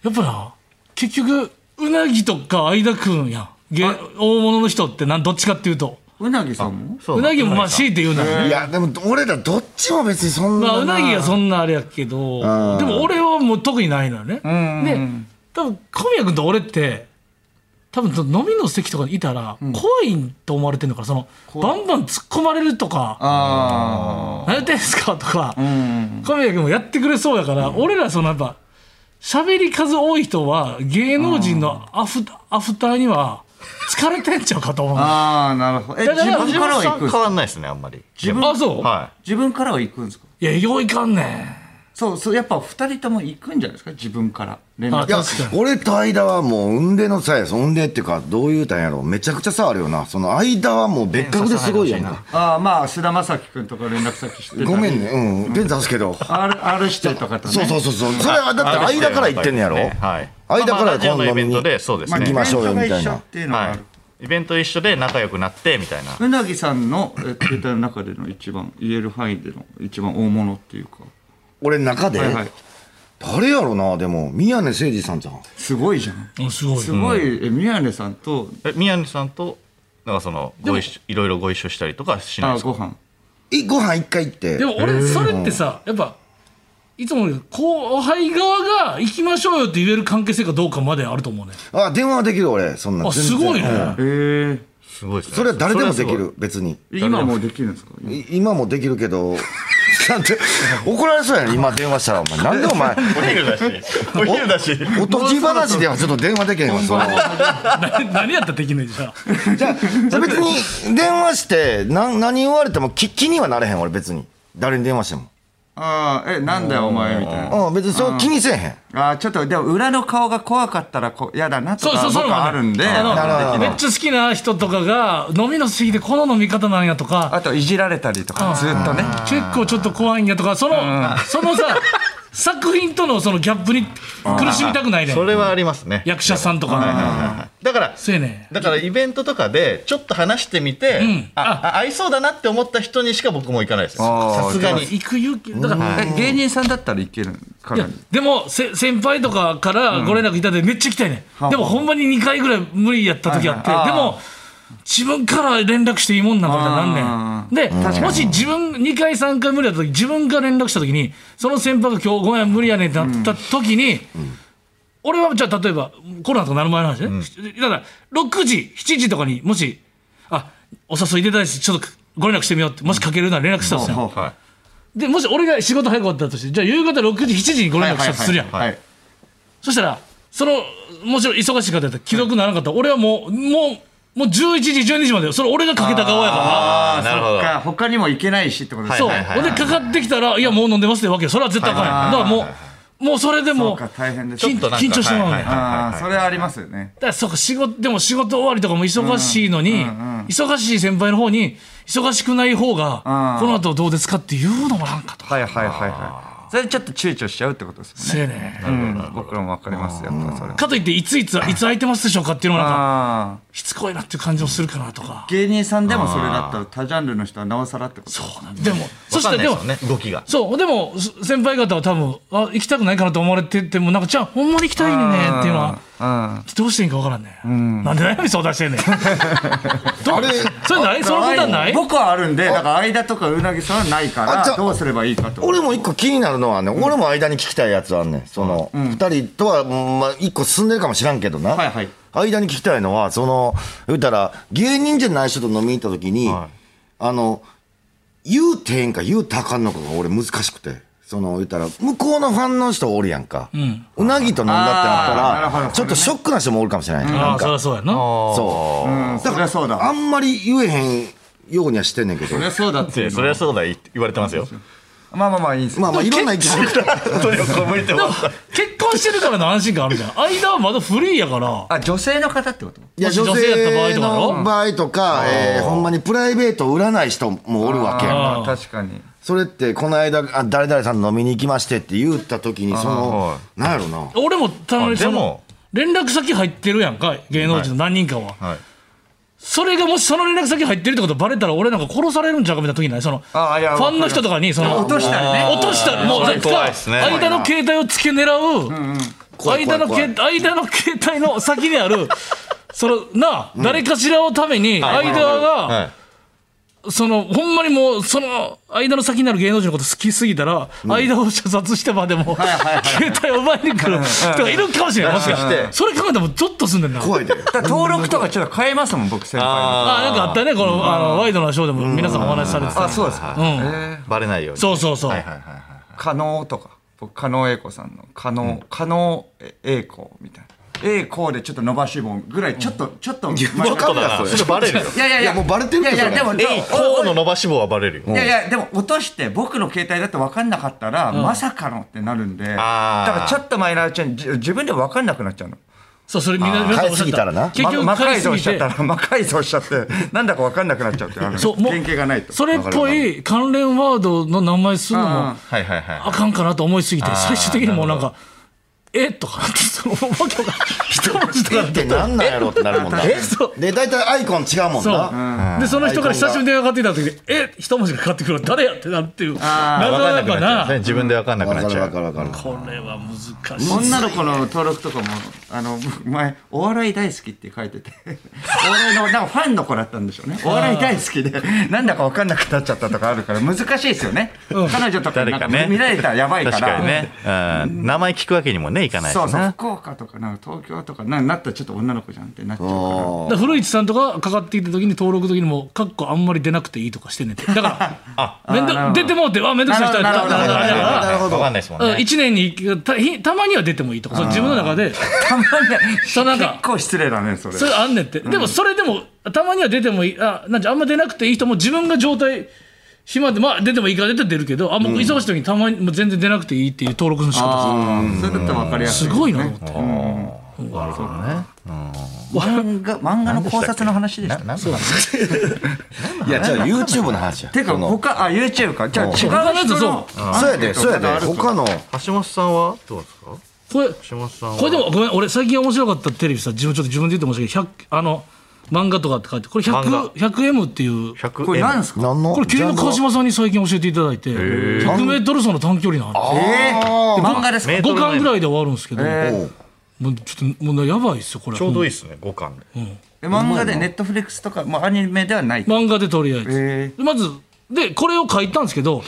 S4: っぱな結局うなぎとか相田君やんげ
S5: はい
S4: 大物の人ってなんどっちかっていうと
S5: うなぎさんも
S6: そう
S4: うなぎもまあ強いて言うならね
S3: いやでも俺らどっちも別にそんな
S4: まあ、うなぎは
S3: は
S4: そんなあれやけど、でも俺はもう特にないのよね。で、多分小宮君と俺って、多分飲みの席とかにいたら怖いと思われてるのからそのバンバン突っ込まれるとか
S5: あ
S4: 「何やってんすか?」とか神谷君もやってくれそうやから俺らそのやっぱ喋り数多い人は芸能人のアフアフターには疲れてんちゃうかと思う
S5: あ。ああ、なるほど。え、
S4: だか
S5: 自
S4: ら
S5: 分
S6: 藤
S5: か
S6: 本
S5: らは
S6: さ
S5: 行
S6: ん
S5: くん
S6: 変
S5: すか
S6: わんないですねあんまり
S5: 自分
S4: あそう、
S6: は
S5: 自分からは行くんですか
S4: い、やよういかんねん
S5: そう、そう、やっぱ二人とも行くんじゃないですか自分から。連
S4: あ
S5: 絡。
S3: いや
S4: 確かに
S3: 俺と間はもう運命の差やそ運命っていうかどういうたんやろうめちゃくちゃ差あるよなその間はもう別格ですごいよな
S5: ああ、まあ、菅田将暉君とか連絡先知ってたり
S3: ごめん。ねうんペン刺すけど
S5: R, R 指定とかとね。
S3: そうそうそうそうそれはだって間から言ってんねやろ
S6: はい
S3: 間か
S6: まあま
S3: ら
S6: あラジオ
S3: 今
S6: の
S3: 度
S6: イベ
S3: に
S6: ントでそうですね
S3: 行きましょうよみたい
S5: イベントが一緒
S3: な
S5: っていうのがあ
S6: は
S5: る。
S6: いイベント一緒で仲良くなってみたいな
S5: うなぎさんのえ携帯の中での一番言える範囲での一番大物っていうか、
S3: 俺の中で
S5: はいはい、
S3: 誰やろなでも宮根誠司さんじゃん
S5: すごいじゃん
S4: うんすごい
S5: すごい、え宮根さんと
S6: え宮根さんとなんかそのご一緒いろいろご一緒したりとかしない
S5: あ
S6: ですか
S5: ご飯
S3: いご飯一回行って
S4: でも俺それってさやっぱいつもより後輩側が行きましょうよって言える関係性かどうかまであると思うね
S3: あ電話はできる俺そんな
S4: あ
S3: 全
S4: す
S3: 然
S4: ごいね、
S3: うん
S5: えー、
S6: すごいですね
S3: それは誰でもでき
S6: それは
S3: る別に
S5: 今もうできるんですか
S3: い今もできるけど なんで怒られそうやね今電話したらお前なんでお 前
S6: すごいお昼だしお昼だし
S3: おとぎ話ではちょっと電話できへんわその
S4: 何何やったらできないじゃん
S3: じゃあじゃあ別に電話してなん何言われても気気にはなれへん俺別に誰に電話しても
S5: ああえなんだよお前みたいな
S3: うん別にそう気にせえへん
S5: あーちょっとでも裏の顔が怖かったらこ嫌だな
S4: そ
S5: と
S4: うそ
S5: か
S4: うそう
S5: 僕はあるんで
S4: あの
S5: あ
S3: るほど
S4: めっちゃ好きな人とかが飲みの席でこの飲み方なんやとか
S5: といじられたりとかずっとね
S4: 結構ちょっと怖いんやとかそのその さ作品とのそのギャップに苦しみたくないね
S6: それはありますね
S4: 役者さんとか、
S6: だから
S4: そうやね
S6: だからイベントとかでちょっと話してみて、
S4: ん
S6: ああ合いそうだなって思った人にしか僕も行かないです
S5: あー
S6: さすがに
S4: 行く勇気だから、
S5: え芸人さんだったらいけるか
S4: い
S5: な
S4: やでもせ先輩とかからご連絡いただいてめっちゃ行きたいね、
S5: はあ
S4: ん、でもほんまに2回ぐらい無理やった時あって、
S5: はいはいああ
S4: でも自分から連絡していいもんなんかみたいになんねんでもし自分2回3回無理やった時自分が連絡した時にその先輩が今日ごめん無理やねんってなった時に、俺はじゃあ例えばコロナとかなる前の話ね、だから6時7時とかにもしあお誘い出たいしちょっとご連絡してみようってもしかけるなら連絡したんですよ、
S6: は
S4: でもし俺が仕事早く終わったとしてじゃあ夕方6時7時にご連絡したとするやん、
S5: はいはい
S4: そしたら、その、もちろん忙しい方やったら既読ならなかったら、俺はもう、もう、もう11時、12時までよ、それ俺がかけた側やか
S5: あー
S6: なるほ
S5: そ
S6: ど
S5: っか他にもいけないしってことで
S4: ら、
S5: す
S4: そう、
S5: ね
S6: はいはいはい
S4: ほんでかかってきたら、いや、もう飲んでますってわけよ、それは絶対あかんやん。だからもう、もうそれで
S5: そ
S4: も
S5: うか大変です
S6: ちょっとなんか
S4: 緊張してまうね
S6: はいはいはい
S5: ああそれはありますよね
S4: だからそうか仕事でも仕事終わりとかも忙しいのに、忙しい先輩の方に忙しくない方が、
S5: うん
S4: この後どうですかって言うのもなんかと
S5: はいはいはいはいそれちょっと躊躇しちゃうってことです
S4: せ
S5: よ
S4: え
S5: ね
S4: ね
S5: うん僕らもわかりますやっぱそれ
S4: かといっていついついつ空いてますでしょうかっていうのもなんか
S5: ああ
S4: しつこいなっていう感じもするかなとか
S5: 芸人さんでもそれだったら他ジャンルの人はなおさらってこと
S4: そうなんでもそ
S6: わ
S4: し
S6: か
S4: て
S6: んな
S4: で
S6: い
S4: も
S6: ですよね動きが
S4: そう、でも、す先輩方は多分、あ、行きたくないかなと思われてても、なんか、じゃあ、ほんまに行きたいねんねっていうのは、
S5: うん
S4: どうしていいんかわからんね、ん。なんで悩み相談してんねん。どうそれないそのことはない
S5: 僕はあるんでだから間とかうなぎさんはないか
S3: あじゃあ
S5: らどうすればいいかと
S3: 俺も一個気になるのはね、俺も間に聞きたいやつはねんその、二人とは、うんまあ、一個進んでるかもしらんけどな、
S5: はいはい
S3: 間に聞きたいのは、その、言うたら、芸人じゃない人と飲みに行った時に、あの、言うてへんか言うたらあかんのかが俺難しくて。その言ったら向こうのファンの人おるやんか、うなぎと飲ん
S5: あーな
S3: だ
S5: る
S3: って
S5: ほ
S3: なった
S5: ど
S3: らちょっとショックな人もおるかもしれない、
S4: あ
S3: な
S4: あ、
S3: ん
S4: そり
S3: か
S4: ゃそうやな。
S3: そう
S5: うんそりゃそう
S3: あ
S5: だ
S3: んまり言えへんようにはしてんねんけど
S5: そりゃそうだってい
S6: で
S5: う
S6: それは
S5: の
S6: そうだい言われてますよ
S5: まあまあまあいいんです
S3: まあまあいろんな 意見があるから
S6: 本当に横向いてます
S4: 結婚してるからの安心感あるじゃん。間はまだフリーやから。
S5: あ女性の方ってこと
S3: いや
S4: もし
S3: 女
S4: 女
S3: 性
S4: 性やった場合とかの
S3: の場合とか、えーほんまにプライベートを売らない人もおるわけやん
S5: あ確かに
S3: それってこの間あ誰々さん飲みに行きましてって言った時にその
S6: は
S3: なんやろ な
S4: 俺もたまに
S6: あ
S4: そ
S6: で
S4: の
S6: も、
S4: 連絡先入ってるやんか、芸能人の何人かは。
S6: はい
S4: それがもしその連絡先入ってるってことバレたら俺なんか殺されるんちゃうかみたいな時ないそのフ
S5: あいや
S4: ァンの人とかにその
S5: 落としたりね
S4: 落としたりもう
S6: そ
S4: なん
S6: れ怖いっすね
S4: か間の携帯を付け狙う
S3: 怖い
S4: 間の
S3: 怖い
S4: け間の携帯の先 にあるそのなあ誰かしらをために間
S6: はい
S4: が
S6: はい
S4: そのほんまにもうその間の先になる芸能人のこと好きすぎたら、間を射殺してまでも 携帯を奪いに来る人がいるかもしれないもしかしてそれ考えたらもうゾッとすんねんな
S3: 怖いで。
S5: だから登録とかちょっと変えますもん、僕、先輩
S4: あなんかあったねこの,、あのワイドなショーでも皆さんお話しされて
S5: の。
S4: た、
S5: あ、そうですか。
S4: うん
S5: え
S6: バレないように
S4: そうそうそう、
S6: はいはいはいはい
S5: ー加納とか、僕、加納英子さんの、加納、加納英子みたいな。英子でちょっと伸ばし棒ぐらい、ちょっと、ちょっと、い
S3: わかんない
S6: ちょっとバレるよ
S5: やいやい
S3: い
S5: や、
S3: やもうバレてる
S5: い
S3: でし
S5: や
S3: ょ
S5: いや、でも、
S6: えいこうの伸ばし棒はバレるよ
S5: いやいや、でも落として僕の携帯だと分かんなかったら、まさかのってなるんで、だ
S6: あー
S5: からちょっと前のうちにじ自分で分かんなくなっちゃうの。
S4: そうそれみんな皆さんおっしゃ
S3: 買いすぎたらな
S4: 結局
S5: ま魔
S4: 買い
S5: 改
S4: す
S5: 造
S4: ぎ
S5: しちゃ
S4: て
S5: ったら、魔改造しちゃって、なんだか分かんなくなっちゃうってある。
S4: そうもう
S5: 原型がないと。
S4: それっぽい関連ワードの名前するの
S5: うんう
S4: も
S5: ん
S6: はいはいはい
S4: あかんかなと思いすぎて最終的にもうなんか「えとかなってそのわけが一文字とか
S3: っ
S4: ってて
S3: なんなんやろってなるもんな。
S4: そう
S3: で、大体アイコン違うもん
S4: そう、
S3: な。
S4: でその人から久しぶりに電話かかってきた時に「え一文字がかかってくるの誰や?」ってなるっていう
S5: あ
S4: な
S6: 分
S4: か
S6: か
S4: なん
S6: な
S4: か
S6: くなっちゃうね
S4: な
S6: 自分で分かんなく
S3: わか
S6: なっち
S3: る
S6: ゃ
S3: わ
S6: う
S3: かるわかる。
S4: これは難しい
S5: 女の子の登録とかも、あの、 前、お笑い大好きって書いてて、 お笑いの、なんかファンの子だったんでしょうね。お笑い大好きで、なんだか分かんなくなっちゃったとかあるから、難しいですよね。彼女とかなんか見られたらやばいから。
S6: 確かにね、うん名前聞くわけにもねいかないし
S5: そうそう
S6: な
S5: 福岡とかなんか東京とかななったらちょっと女の子じゃんってなっちゃうか
S4: だから古市さんとかかかってきた時に登録の時にも「かっこあんまり出なくていい」とかしてんねん てだからめんど
S5: なるほど
S4: 出てもうてあめんどくさい人や
S5: なる
S4: だ
S5: ほ
S4: か
S5: ど
S4: ら
S5: なるほど
S4: だから
S3: るほど
S6: 分かんないですもん
S4: うん
S6: ね
S4: 一年に一回たひたまには出てもいいとかその自分の中で
S5: らたまには
S4: そうなんか
S5: 結構失礼だねそれ
S4: それあんねんって、でもそれでもたまには出てもいいあなんてあんま出なくていい人も自分が状態暇でまあ出てもいいから出て出るけどあもう忙しい時にたまにもう全然出なくていいっていう登録の仕方
S5: あーそれだったら分かりやす
S4: す
S5: い
S4: るすごいなと思って
S5: 漫画漫画の考察の話でした
S6: なそう
S3: いや、じゃあ YouTube の話や。
S5: てか
S3: その
S5: 他あ YouTube かじゃあ違う人
S4: 他のやつそう
S5: の
S3: そうやで、そうやで。他の、
S6: 橋本さんはどうですか
S4: これ
S6: 橋本さんは
S4: これでもごめん俺最近面白かったテレビさ自分ちょっと自分で言って申し訳ない100あの漫画とかって書いてこれ
S6: 漫
S4: 100 100M っていう
S6: 100
S5: これなんですか
S3: 何の
S4: これ急に川
S3: ジャン
S4: 島さんに最近教えていただいて 100m 走の短距離の話
S5: えー漫画ですか
S6: メート
S4: 5
S6: ルの
S4: 巻
S6: 円
S4: ぐらいで終わるんですけど、
S5: えー
S4: もうちょっともうやばいっすよこれ
S6: ちょうどいいですね5巻で
S5: え漫画でネットフリックスとかまあアニメではない
S4: 漫画でとりあえず、
S5: へ
S4: でまずでこれを書いたんですけど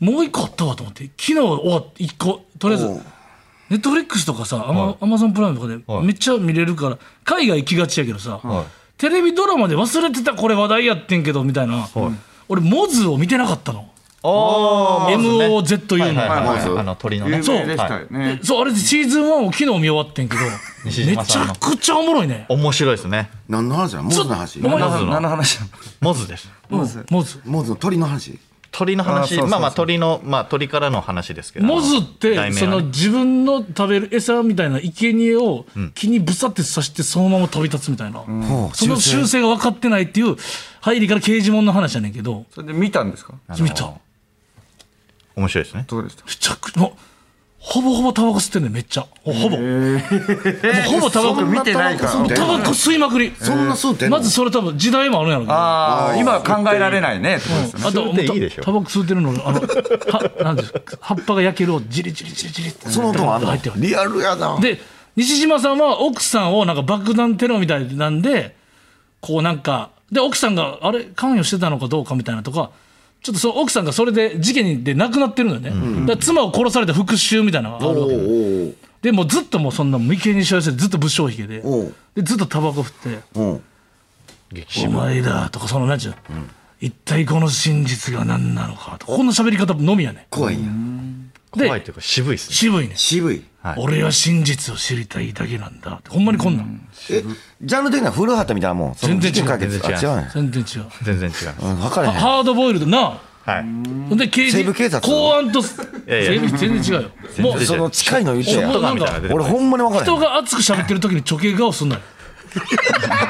S4: もう一個あったわと思って昨日終わって1個とりあえずネットフリックスとかさアマ,、ゾンプライムとかでめっちゃ見れるから、海外行きがちやけどさ、テレビドラマで忘れてたこれ話題やってんけどみたいな、俺モズを見てなかったの
S6: あ
S4: MOZU の、
S5: はい
S3: はい
S6: あの鳥のね
S5: 有名で
S4: そう
S5: したよね
S4: そうあれでシーズン1を昨日見終わってんけど
S6: 西
S4: め
S6: 島
S4: ち
S6: さん
S4: ゃ
S6: の
S4: くちゃおもろいね
S6: 面白いですね
S3: 何の話やモズの話
S4: ちょっと
S6: モズ
S5: 何の
S6: の
S5: 話な
S6: モズです
S4: モズモズ
S3: モズの鳥の話
S6: 鳥の
S5: あそう
S6: 話
S5: そうそう
S6: まあまあ鳥のまあ鳥からの話ですけど
S4: モズっ
S6: 題
S4: て
S6: 名
S4: そ
S6: は
S4: の
S6: ね
S4: 自分の食べる餌みたいな生贄を木にぶさって刺してそのまま飛び立つみたいな、その修正が分かってないっていう入りから刑事物の話やねんけど
S5: それで見たんですか
S4: 見ため
S6: 面白いですね
S5: どうでした
S4: ちゃくちゃほぼほぼタバコ吸ってんねんめっちゃほほぼ、ほぼタバコ
S5: 僕見てないから
S3: そんな
S4: タバコ吸いまくり
S3: そんな吸うてんの
S4: まずそれ多分時代もあるんやろうけど
S5: ああ今は考えられないねってことですよね
S4: あと
S6: 吸っていいでしょ
S4: タバコ吸ってるの あのはなんていうんですか葉っぱが焼けるをジリジリジリジリって
S3: その音もあんの
S4: 入ってる
S3: リアルやな。
S4: で西島さんは奥さんをなんか爆弾テロみたいなんでこうなんかで奥さんがあれ関与してたのかどうかみたいなとかちょっとその奥さんがそれで事件で亡くなってるのよね、だから妻を殺された復讐みたいなのがあるわけでもうずっともうそんな眉間にしわ寄せてずっと武将髭で
S3: おう
S4: でずっとタバコ振って
S3: うん。
S6: 激
S4: 「お前だ」とかその何ちゅう、一体この真実が何なのかとかこんな喋り方のみやね
S3: 怖いんや。
S6: 怖い
S4: で
S6: というか渋いですね
S4: 渋いね
S3: 渋い。
S6: はい
S4: 俺は真実を知りたいだけなんだってほんまにこんなん、
S3: え、ジャンル的には古畑みたいなもん。その
S4: 全然違う
S3: 時間かけて
S6: 全然
S3: あ
S6: 違
S3: 違
S6: う
S3: うね。
S4: 全然違う
S6: 全然違う
S3: うん分からへん。
S4: ハードボイルドな
S6: はい
S4: ほんで刑事
S3: 西部警察
S4: 公安と
S6: やいや
S4: 全然全然違うよ
S6: 然
S4: もう
S6: 違う
S3: その近いの言うて
S4: も
S3: や
S4: う。なん
S6: みたいな
S4: か
S6: の出てこ
S3: 俺
S6: ない
S3: ほんまに分からへん
S4: 人。が熱く喋ってる時にちょけ顔すんなよ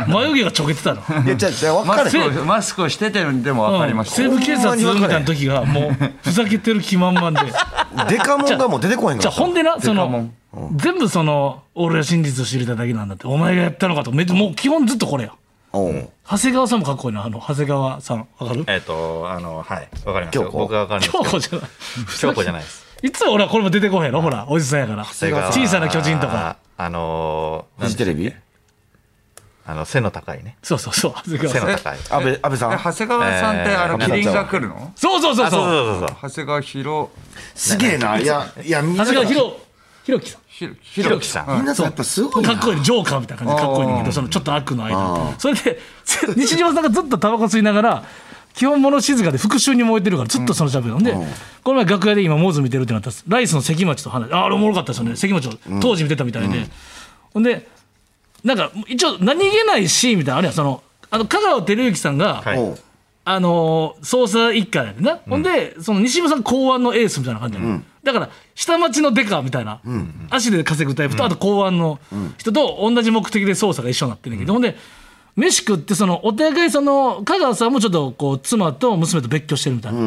S4: 眉毛がちょけてたの
S3: いや、じゃじゃ分から
S5: マ
S3: へん。
S5: スクをマスクをしててでも分かりました
S4: 西部警察みたいな時がもうふざけてる気満々で
S3: デカモンがもう出てこへんか
S4: じゃ
S3: ら
S4: あ
S3: さ。
S4: ほんでなそ
S5: デカモ
S4: の
S5: ン
S4: 全部その俺は真実を知りたいだけなんだってお前がやったのかとめっちゃもう基本ずっとこれや
S3: おう
S4: 長谷川さんもかっこいいなあの長谷川さんわかる
S6: えっとあのはいわかりますよ
S3: 京子
S6: 僕はわかります
S4: 京子じゃ ない
S6: 京子じゃないです
S4: いつも俺はこれも出てこへんやろほらおじさんやから
S6: それが
S4: 小さな巨人とか
S6: あのー
S3: フジテレビ
S6: あの背の高いね
S4: そうそうそう長谷
S6: 背の
S4: 川さん
S6: 高い
S3: 安倍安倍さん
S5: 長谷川さんって、
S6: えー
S5: あの、キリンが来るの
S4: そうそうそう
S6: あそう
S4: そう
S6: そうそうそう
S5: 長谷川博、
S3: すげえないやいやみん
S4: 長
S3: な
S4: 谷川博博樹さん
S5: ひろ、
S6: ひ
S5: ひ
S6: ろきさん、
S3: みんなさやっぱすごい
S4: か
S3: な
S4: っこいいジョーカーみたいな感じでかっこいいんだけ
S5: あ
S4: どそのちょっと悪の間みたいなそれでつ西島さんがずっとタバコ吸いながら基本物静かで復讐に燃えてるからずっとそのしゃべるんで、この前楽屋で今モーズ見てるってなったんですライスの関町と話ああれおもろかったですよね関町を当時見てたみたいで、ほんでなんか一応何気ないシーンみたいなのあれやんそのあの香川照之さんが、
S6: はい
S3: おう
S4: あのー捜査一課やでな、ほんでその西村さん公安のエースみたいな感じやねだから下町のデカみたいな、足で稼ぐタイプと、あと公安の人と同じ目的で捜査が一緒になってるんだけど、ほんで飯食ってそのお互いその香川さんもちょっとこう妻と娘と別居してるみたいな、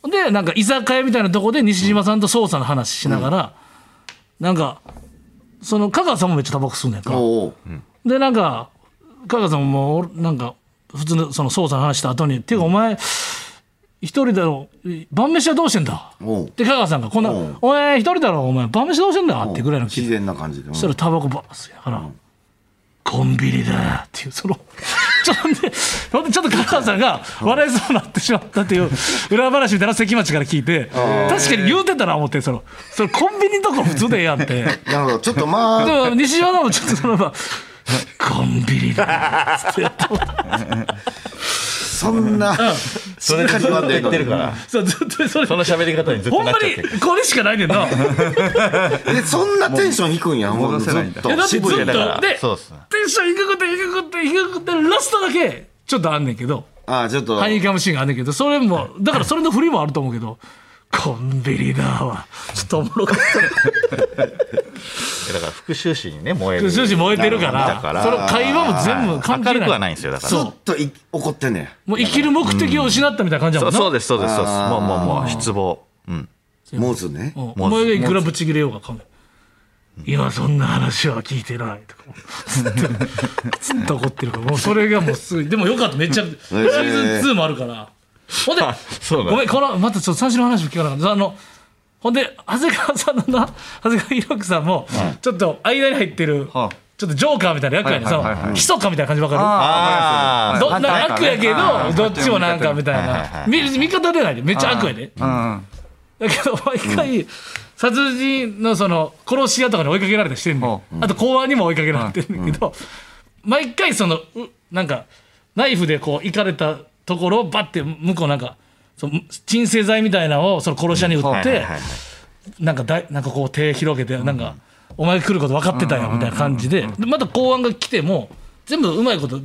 S4: ほんでなんか居酒屋みたいなとこで西島さんと捜査の話しながら、なんかその香川さんもめっちゃタバコ吸うんやんか、
S3: おう
S4: でなんか加賀さんもおなんか普通のその捜査の話した後に「てかお前一人だろ晩飯はどうしてんだ?」
S3: おう
S4: で香川さんがこんな
S3: うん
S4: 「お前一人だろお前晩飯どうしてんだ?」ってぐらいの気
S3: 自然な感じでうん
S4: そしたらタバコバー吸いながら、コンビニだよっていう、その、 ちょっとね、ほんでちょっと香川さんが笑いそうになってしまったっていう裏話みたいなのを関町から聞いて、確かに言うてたな思って、その、それコンビニとか普通でええやんって。
S3: なるほどちょっとまあ
S4: でも西島さんもちょっとそのままコンビニだなっつってやった
S3: そんな
S6: それでずっと言ってるから
S4: そうずっとそれ
S6: その喋り方にずっ
S4: ほ
S6: と
S4: ん
S6: なっ
S4: ま
S6: ちゃってる
S4: にこれしかないねんない
S3: えそんなテンション低いんやもう
S5: 戻
S3: ず
S5: せないん
S3: っ
S5: だ
S4: や
S3: と
S4: だってずっと
S6: 渋
S4: で
S6: いだから
S4: テンシ
S6: そうっすね
S4: ョン低くて低くて低くてラストだけちょっとあんねんけど
S3: ああちょっと
S4: ハニーカムシーンがあんねんけどそれもだからそれの振りもあると思うけどコンビニだわちょっとおもろかった
S6: だから復讐心にね燃える
S4: 終始燃えてるから
S6: だから
S4: その会話も全部関係ない
S6: 明るくはないんですよだから
S3: ず
S4: そう
S3: っとい怒ってんねん
S4: もう生きる目的を失ったみたいな感じだも
S6: そうん
S4: な
S6: そうですそうですそうです
S3: あー
S6: もうもうもう失望うん
S3: モズね
S4: うんお前がいくらぶち切れようがかんない今そんな話は聞いてないとかずっとずっと怒ってるからもうそれがもうすごいでもよかっためっちゃシーズン2もあるからほんで
S6: そうなんだ
S4: ごめんこのまたちょっと最初の話も聞かなかったあのほんで長谷川さんのな長谷川博樹さんもちょっと間に入ってるちょ
S5: は
S4: っ
S5: い
S4: とジョーカーみたいな役やねん
S5: はい
S4: そ
S5: はいはいはい
S4: のひそかみたいな感じわか
S6: あ
S5: あ
S6: ー
S4: るどんな悪やけどどっちもなんかみたい
S6: はいはいは
S4: な見味方でないでめっちゃ悪やで
S5: な。
S4: だけど毎回、殺人のその殺し屋とかに追いかけられたりしてんの、あと公安にも追いかけられてんだけど、毎回そのうなんかナイフでこう行かれたところをバッて向こうなんかその鎮静剤みたいなのをその殺し屋に売っ
S6: はい
S4: て
S6: はいはい
S4: なんかだいなんかこう手広げてなんか、お前来ること分かってたよみたいな感じで,、でまた公安が来ても全部うまいこと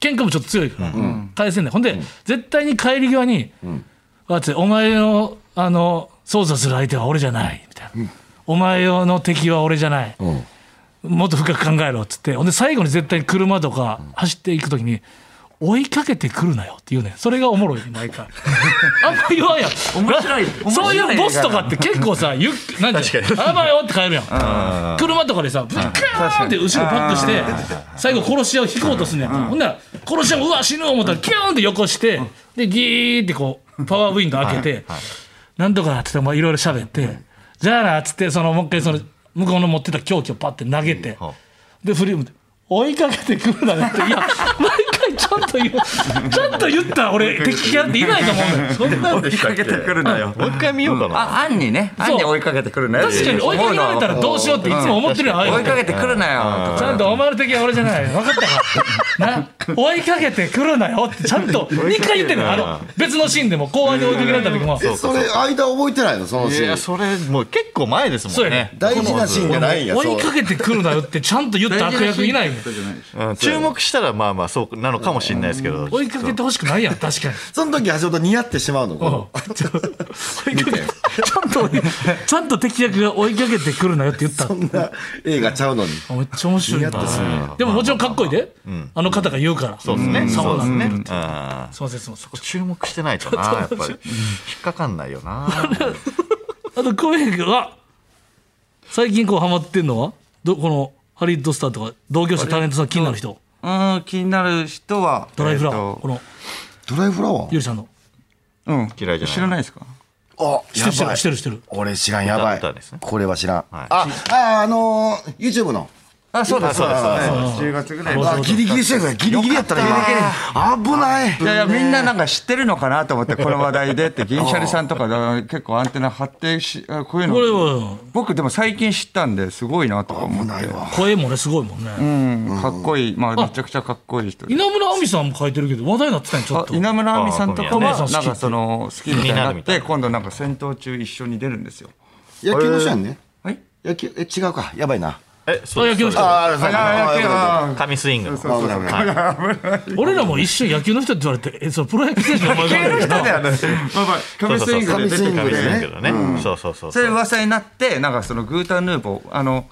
S4: 喧嘩もちょっと強いから、返せんねんほんで、絶対に帰り際に「だってお前のあの捜査する相手は俺じゃない」みたいな、お前の敵は俺じゃない」もっと深く考えろ」っつってほんで最後に絶対に車とか走っていく時に「追いかけてくるなよ」って言うねんそれがおもろいね毎 回あんま言わんやん
S5: 面白い
S4: そういうボスとかって結構 さ、ゆっくなんていうのあばよって帰るやん。車とかでさ、ブッカーンって後ろバックして、最後殺し屋を引こうとすんねん。ほんなら、殺し屋もうわ、死ぬ思ったら、キューンって横して、で、ギーってこう、パワーウィンドウ開けて、なんとかなっつって、まあいろいろ喋って、じゃあなっつって、その、もう一回その、向こうの持ってた凶器をパッて投げて、で、振り向いて、追いかけてくるなよって、いや、毎回ちょっと言う、ちょっと言ったら俺、敵キャラっていないと思うんだよ。そんな
S5: 追いかけてくるな よ。
S6: もう一回見ようかな
S5: あ、アンにね、アンに追いかけてくるなよ。
S4: 確かに追いかけられたらどうしようっていつも思ってるよ、ああいうの
S5: 追いかけてくるなよ。
S4: ちゃんとお前の敵は俺じゃない分かったかな追いかけてくるなよってちゃんと2回言ってるのあの別のシーンでも公安に追いかけられた時も
S3: えそれ間覚えてないのその
S6: い
S3: シ
S6: やい
S3: ー
S6: や
S3: ン
S6: それもう結構前です
S4: そう
S6: も
S4: や
S6: ん
S4: ね
S6: ね
S3: 大事なシーンじゃないんや
S4: 追
S3: そう
S4: いかけてくるなよってちゃんと言った悪役いないもん
S6: うん注目したらまあまあそうなのかもしれないですけど
S4: 追いかけてほしくないやん確かに
S3: その時橋本似合ってしまうの
S4: う
S3: か
S4: んちょ追いかけてちゃんと追いちゃんと敵役が追いかけてくるなよって言った
S3: そんな映画ちゃうのに
S4: めっちゃ面白いな
S3: ニヤッとするね
S4: でももちろんかっこいいであの方が言うから
S6: そうですね
S4: そ
S6: そうう
S4: な
S6: で
S4: ん
S6: す
S4: だ
S6: ね
S4: よ
S6: うんそ
S4: すいませんすいません
S6: こ注目してないとなやっ ぱり引っかかんないよな
S4: あと小宮君は最近こうハマってんのはどこのハリウッドスターとか同業者タレントさん気になる人
S5: うん、気になる人は。
S4: ドライフラワ
S5: え
S4: ー、
S5: っ
S4: ことの
S3: ドライフラワー
S4: ゆりさんの
S5: うん、
S6: 嫌いじゃない
S5: 知らないですか。
S3: あ
S4: 知ってる知って
S3: やばい
S4: る知ってる知ってる
S3: 俺知らんやばい
S6: 歌歌ですね
S3: これは知らん
S6: はい
S3: あああのー YouTube の
S5: ああ、そうだそうだそうだ。10月ぐらい。
S3: あギリギリしてくれギリギリやったら今危ない
S5: いやいや、みんななんか知ってるのかなと思って、この話題 でって、銀シャリさんとかだ結構アンテナ張ってし、あこういう
S4: これ
S5: の。
S4: は
S5: 僕でも最近知ったんで、すごいなとか思って。
S4: 声もねすごいもんね、
S5: うん、かっこいい。まあ、めちゃくちゃかっこいい人で。
S4: 稲村亜美さんも書いてるけど話題になってたんやちょ
S5: あ
S4: っと
S5: 稲村亜美さんとか
S4: あ
S5: は、
S4: ね
S5: なんかその、好きみたいにな
S6: 気になるみ
S5: った
S6: い
S5: て、今度なんか戦闘中一緒に出るんですよ。
S3: 野球の人やんね
S5: はい
S3: 野球え違うかやばいな
S6: え、そうで
S4: あ
S6: す
S4: 野球の人
S3: ああそう
S5: あ野球
S3: だ
S5: あ
S6: 神スイングの。
S3: 危ない危ない
S4: 俺らも一瞬野球の人って言われてえそれプロ野球選手の 名前が
S5: 人だよね。まあまあ、カメスイングで出て
S3: 神
S5: き
S3: スイングで
S6: 神
S5: て
S6: ス。イングだね。そうそうそう
S5: そ
S6: そう。
S5: れ噂になってなんかそのグータンヌーボーあの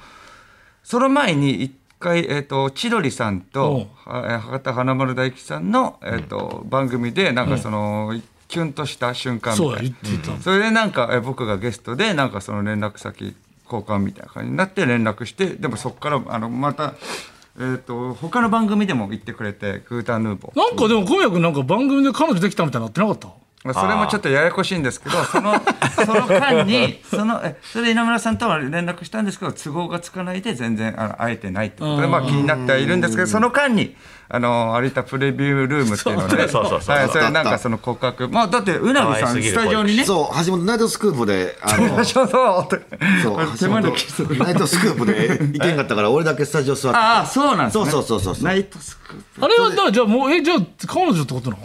S5: その前に一回、えー、と千鳥さんとはえー博多華丸大吉さんの、えーと番組でなんかその、キュンとした瞬間み
S4: そう
S5: た
S4: や
S5: い
S4: 言
S5: な
S4: ってた、
S5: それでなんか、えー僕がゲストでなんかその連絡先交換みたいな感じになって連絡してでもそこからあのまた、えー、と他の番組でも行ってくれてグータンヌーボー
S4: なんかでも小宮君なんか番組で彼女できたみたいになってなかった
S5: まあ、それもちょっとややこしいんですけど、その、 その間に、その、えそれで稲村さんとは連絡したんですけど、都合がつかないで全然あの会えてないってことで、まあ気になってはいるんですけど、その間に、あの、有田プレビュールームっていうので、
S6: そうそうそう
S5: はい、それなんかその告白、まあだって、うなぎ
S6: 可
S5: さ
S6: 愛す
S5: ん、
S6: ぎ
S5: ス
S6: る
S5: タジオにね、
S3: そう橋本ナイトスクープであの
S5: そうそうそう
S3: そう
S5: 手
S3: 橋
S5: 前
S3: 本
S5: でキス
S3: ナイトスクープで行けんかったから俺だけスタジオ座って
S5: ああ、そうなんですね。
S3: そうそうそうそう
S5: ナイトスクープ。
S4: あれはだからじゃあもうえじゃあ彼女ってことなの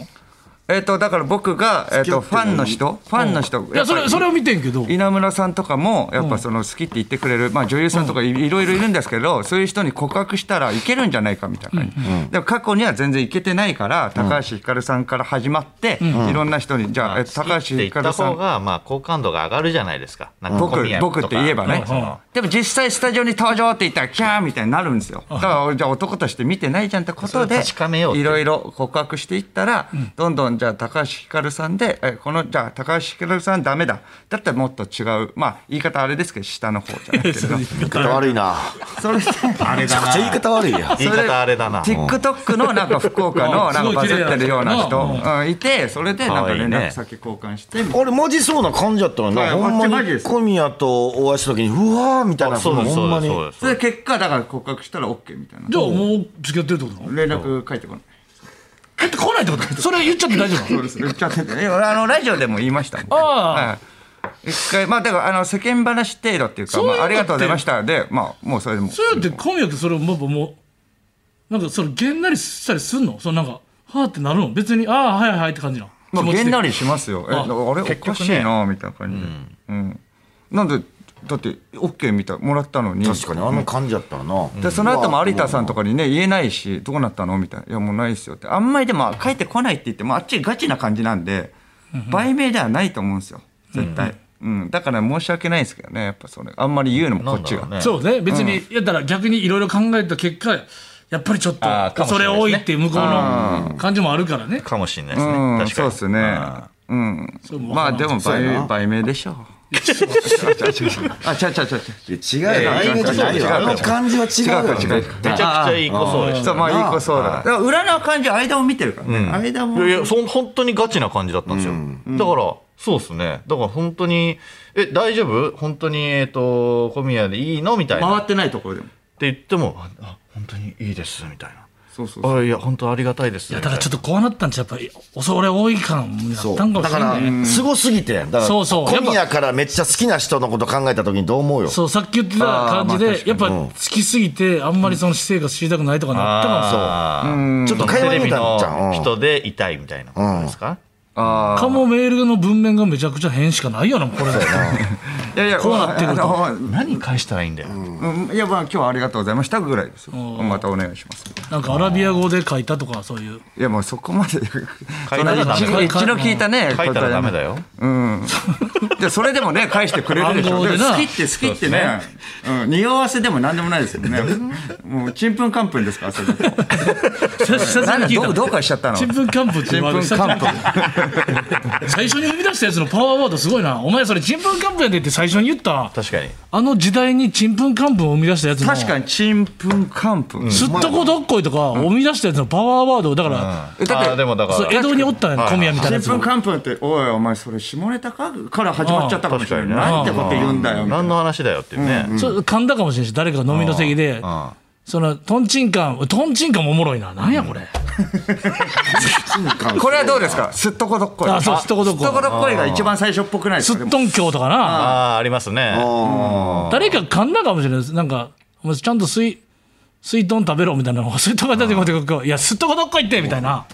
S5: えっ、と、だから僕が、えっ、と、ファンの人、ファンの人、
S4: いやそれそれを見てんけど
S5: 稲村さんとかもやっぱその好きって言ってくれる、まあ、女優さんとかいいろいろいるんですけどそういう人に告白したらいけるんじゃないかみたいな、でも過去には全然いけてないから高橋ひかるさんから始まって、いろんな人にじゃあ、え高
S6: 高橋
S5: 橋
S6: って言
S5: ひ
S6: っ
S5: か
S6: た
S5: るさ
S6: 方
S5: ん
S6: が、まあ、好感度が上がるじゃないですか。なんか
S5: 僕
S6: 小宮とか
S5: 僕って言えばね、
S4: うんうん
S5: でも実際スタジオに登場って言ったらキャーみたいになるんですよだからじゃあ男として見てないじゃんってこと
S6: それ
S5: で
S6: を確かめようって
S5: いろいろ告白していったら、どんどんじゃあ高橋ひかるさんでえこのじゃあ高橋ひかるさんダメだだったらもっと違うまあ言い方あれですけど下の方じゃないですけど
S3: 言い方悪いな
S5: それで
S6: あれ
S3: め
S6: だ
S3: ちゃくちゃ言い
S6: な。
S3: 方悪いや
S6: 言い方あれだな。
S5: TikTok のなんか福岡のなんかバズってるような人、うんいてそれでなんか連絡先交換して
S3: あれマジそうな感じやったのにな、
S5: はい
S3: ほんま
S5: マジで
S3: に
S5: す
S3: 小宮とお会いした時にうわーみたいな
S6: あそうです、
S3: ほ
S6: そ
S3: ん
S6: う
S3: ま
S6: です、
S3: に
S6: そうです
S5: そ。れで結果だから告白したら OK みたいな
S4: じゃあもう付き合ってるってことなの
S5: 連絡返ってこない
S4: えって来ないってことそれ言っちゃって大丈夫なの
S5: そうです言っちゃってていや俺 あのラジオでも言いましたもん
S4: あ
S5: はい一回まあだからあの世間話程度っていうか
S4: そういうの
S5: まあ、ありがとう
S4: っ
S5: ご
S4: て
S5: ざいましたでまあもうそれでも
S4: それだって小宮君それもやっぱもうなんかそれげんなりしたりすんのそのなんかはあってなるの別にああはいはいって感じなの
S5: まあ
S4: 気持ち
S5: げ
S4: 的
S5: ん
S4: に
S5: なりしますよえ
S4: あ
S5: あれおかしいなみたいな感じで、うんなんでだって OK みたいもらったのに
S3: 確かにあの感じやったらな、
S5: でその後も有田さんとかにね言えないしどうなったのみたいな「いやもうないですよ」ってあんまりでも帰ってこないって言ってもあっちガチな感じなんで売名ではないと思うんですよ絶対、うんだから申し訳ないですけどねやっぱそれあんまり言うのもこっちが、
S6: なんだろうね
S4: そうね別に、やったら逆にいろいろ考えた結果やっぱりちょっ
S6: あー
S4: と
S6: かもし
S4: そ
S6: れ
S4: れ
S6: ないですね
S4: 多いっていう向こうの感じもあるからね
S6: かもしれないですね。
S5: うん
S6: 確か
S5: そう
S6: に。
S5: ですねうん
S4: れも
S5: まあでも
S3: そうやな
S5: 売売名でし ょうあ違う違う違う違う
S3: いや違うよ、ああいうのじゃないよ
S5: 違う違う
S3: あの感じは違うよ
S5: 違う違う違う
S6: めちゃくちゃいい子そうでし
S5: そうまあいい子そうだ
S3: あ
S5: だから裏の感じ間を見てるからね、間も
S6: た。いやいや、そん本当にガチな感じだったんですよ。だから、そうですね。だから本当に、え、大丈夫本当に、えっと、小宮でいいのみたいな。っ
S5: 回ってないところでも
S6: て言っても、ああ、本当にいいです、みたいな。
S5: そうそうそう
S6: あいや本当ありがたいです
S4: いやだからちょっとこうなったんちゃうやっぱり恐れ多い感になっ
S3: そう
S4: たんかも
S3: だ
S4: しれ
S3: から
S4: ないね
S3: すごすぎてやんだから
S4: そうそう
S3: 小宮からめっちゃ好きな人のこと考えた時にどう思うよ
S4: そうさっき言ってた感じで、
S5: あーまあ確かに
S4: やっぱ好きすぎてあんまりその私生活知りたくないとかなったかもしれない
S6: あー
S3: ちょっと会話に出たんじゃんうん
S6: 人でいたいみたいなことですか、
S5: あ
S4: かもメールの文面がめちゃくちゃ変しかないよなこれ
S5: ーいやいや
S4: こうなってくると
S5: あの
S6: 何返したらいいんだよ、
S5: うんいやまあ今日はありがとうございましたぐらいですよまたお願いします
S4: なんかアラビア語で書いたとかそういう
S5: いやもうそこまで
S6: い
S5: そ
S6: た
S5: ん
S6: ら
S5: な
S6: ダメ
S5: 一度一度聞いたね
S6: 書いたらダメだ
S5: よ
S6: よ
S5: でそれでもね返してくれるでし
S4: 暗
S5: ょ
S4: 号
S5: で
S4: で
S5: も
S4: な
S5: 好きって好きってねうん匂わせでも何でも ないですよねもうちんぷんかんぷんです からそれだと
S4: 久々
S5: なん
S4: に
S5: だ
S4: 聞いた
S5: どうどうかしちゃったの
S4: ちんぷんかんぷんって言われる
S5: ちんぷんかんぷん
S4: 最初に生み出したやつのパワーワードすごいなお前それちんぷんかんぷんやでって最初に言った
S6: 確かに
S4: あの時代にちんぷんかんぷんを生み出したやつの
S5: 確かにちんぷんかんぷん
S4: すっとこどっこいとか生み出したやつのパワーワードをだから、
S5: えだ
S6: あー
S5: って
S6: でもだ
S4: そう
S6: から
S4: 江戸におったんや小宮みたいな
S5: ち
S4: や
S5: ん
S4: つ
S5: ぷ
S4: を
S5: んかんぷんっておいお前それ下ネタかから始まっちゃったかもしれない
S6: あー
S5: なんてこと言うんだよみたい
S6: 何
S5: な
S6: の話だよっていうね、
S4: そう噛んだかもしれんし誰かが飲みの席で
S6: あ
S4: そのトンチンカントンチンカンもおもろいななんやこれ、
S5: これはどうですかすっとこどっこい
S4: あそう
S5: す
S4: すっとこどっこい
S5: すっとこどっこいが一番最初っぽくないで
S4: す
S5: すかで
S4: っ
S5: も
S4: とんきょうとかな
S6: ああ、ありますね。
S4: 誰か噛んだかもしれないですなんかお前ちゃんと水水豚食べろみたいなのが水豚が出てこてこういやすっとこどっこいってみたい な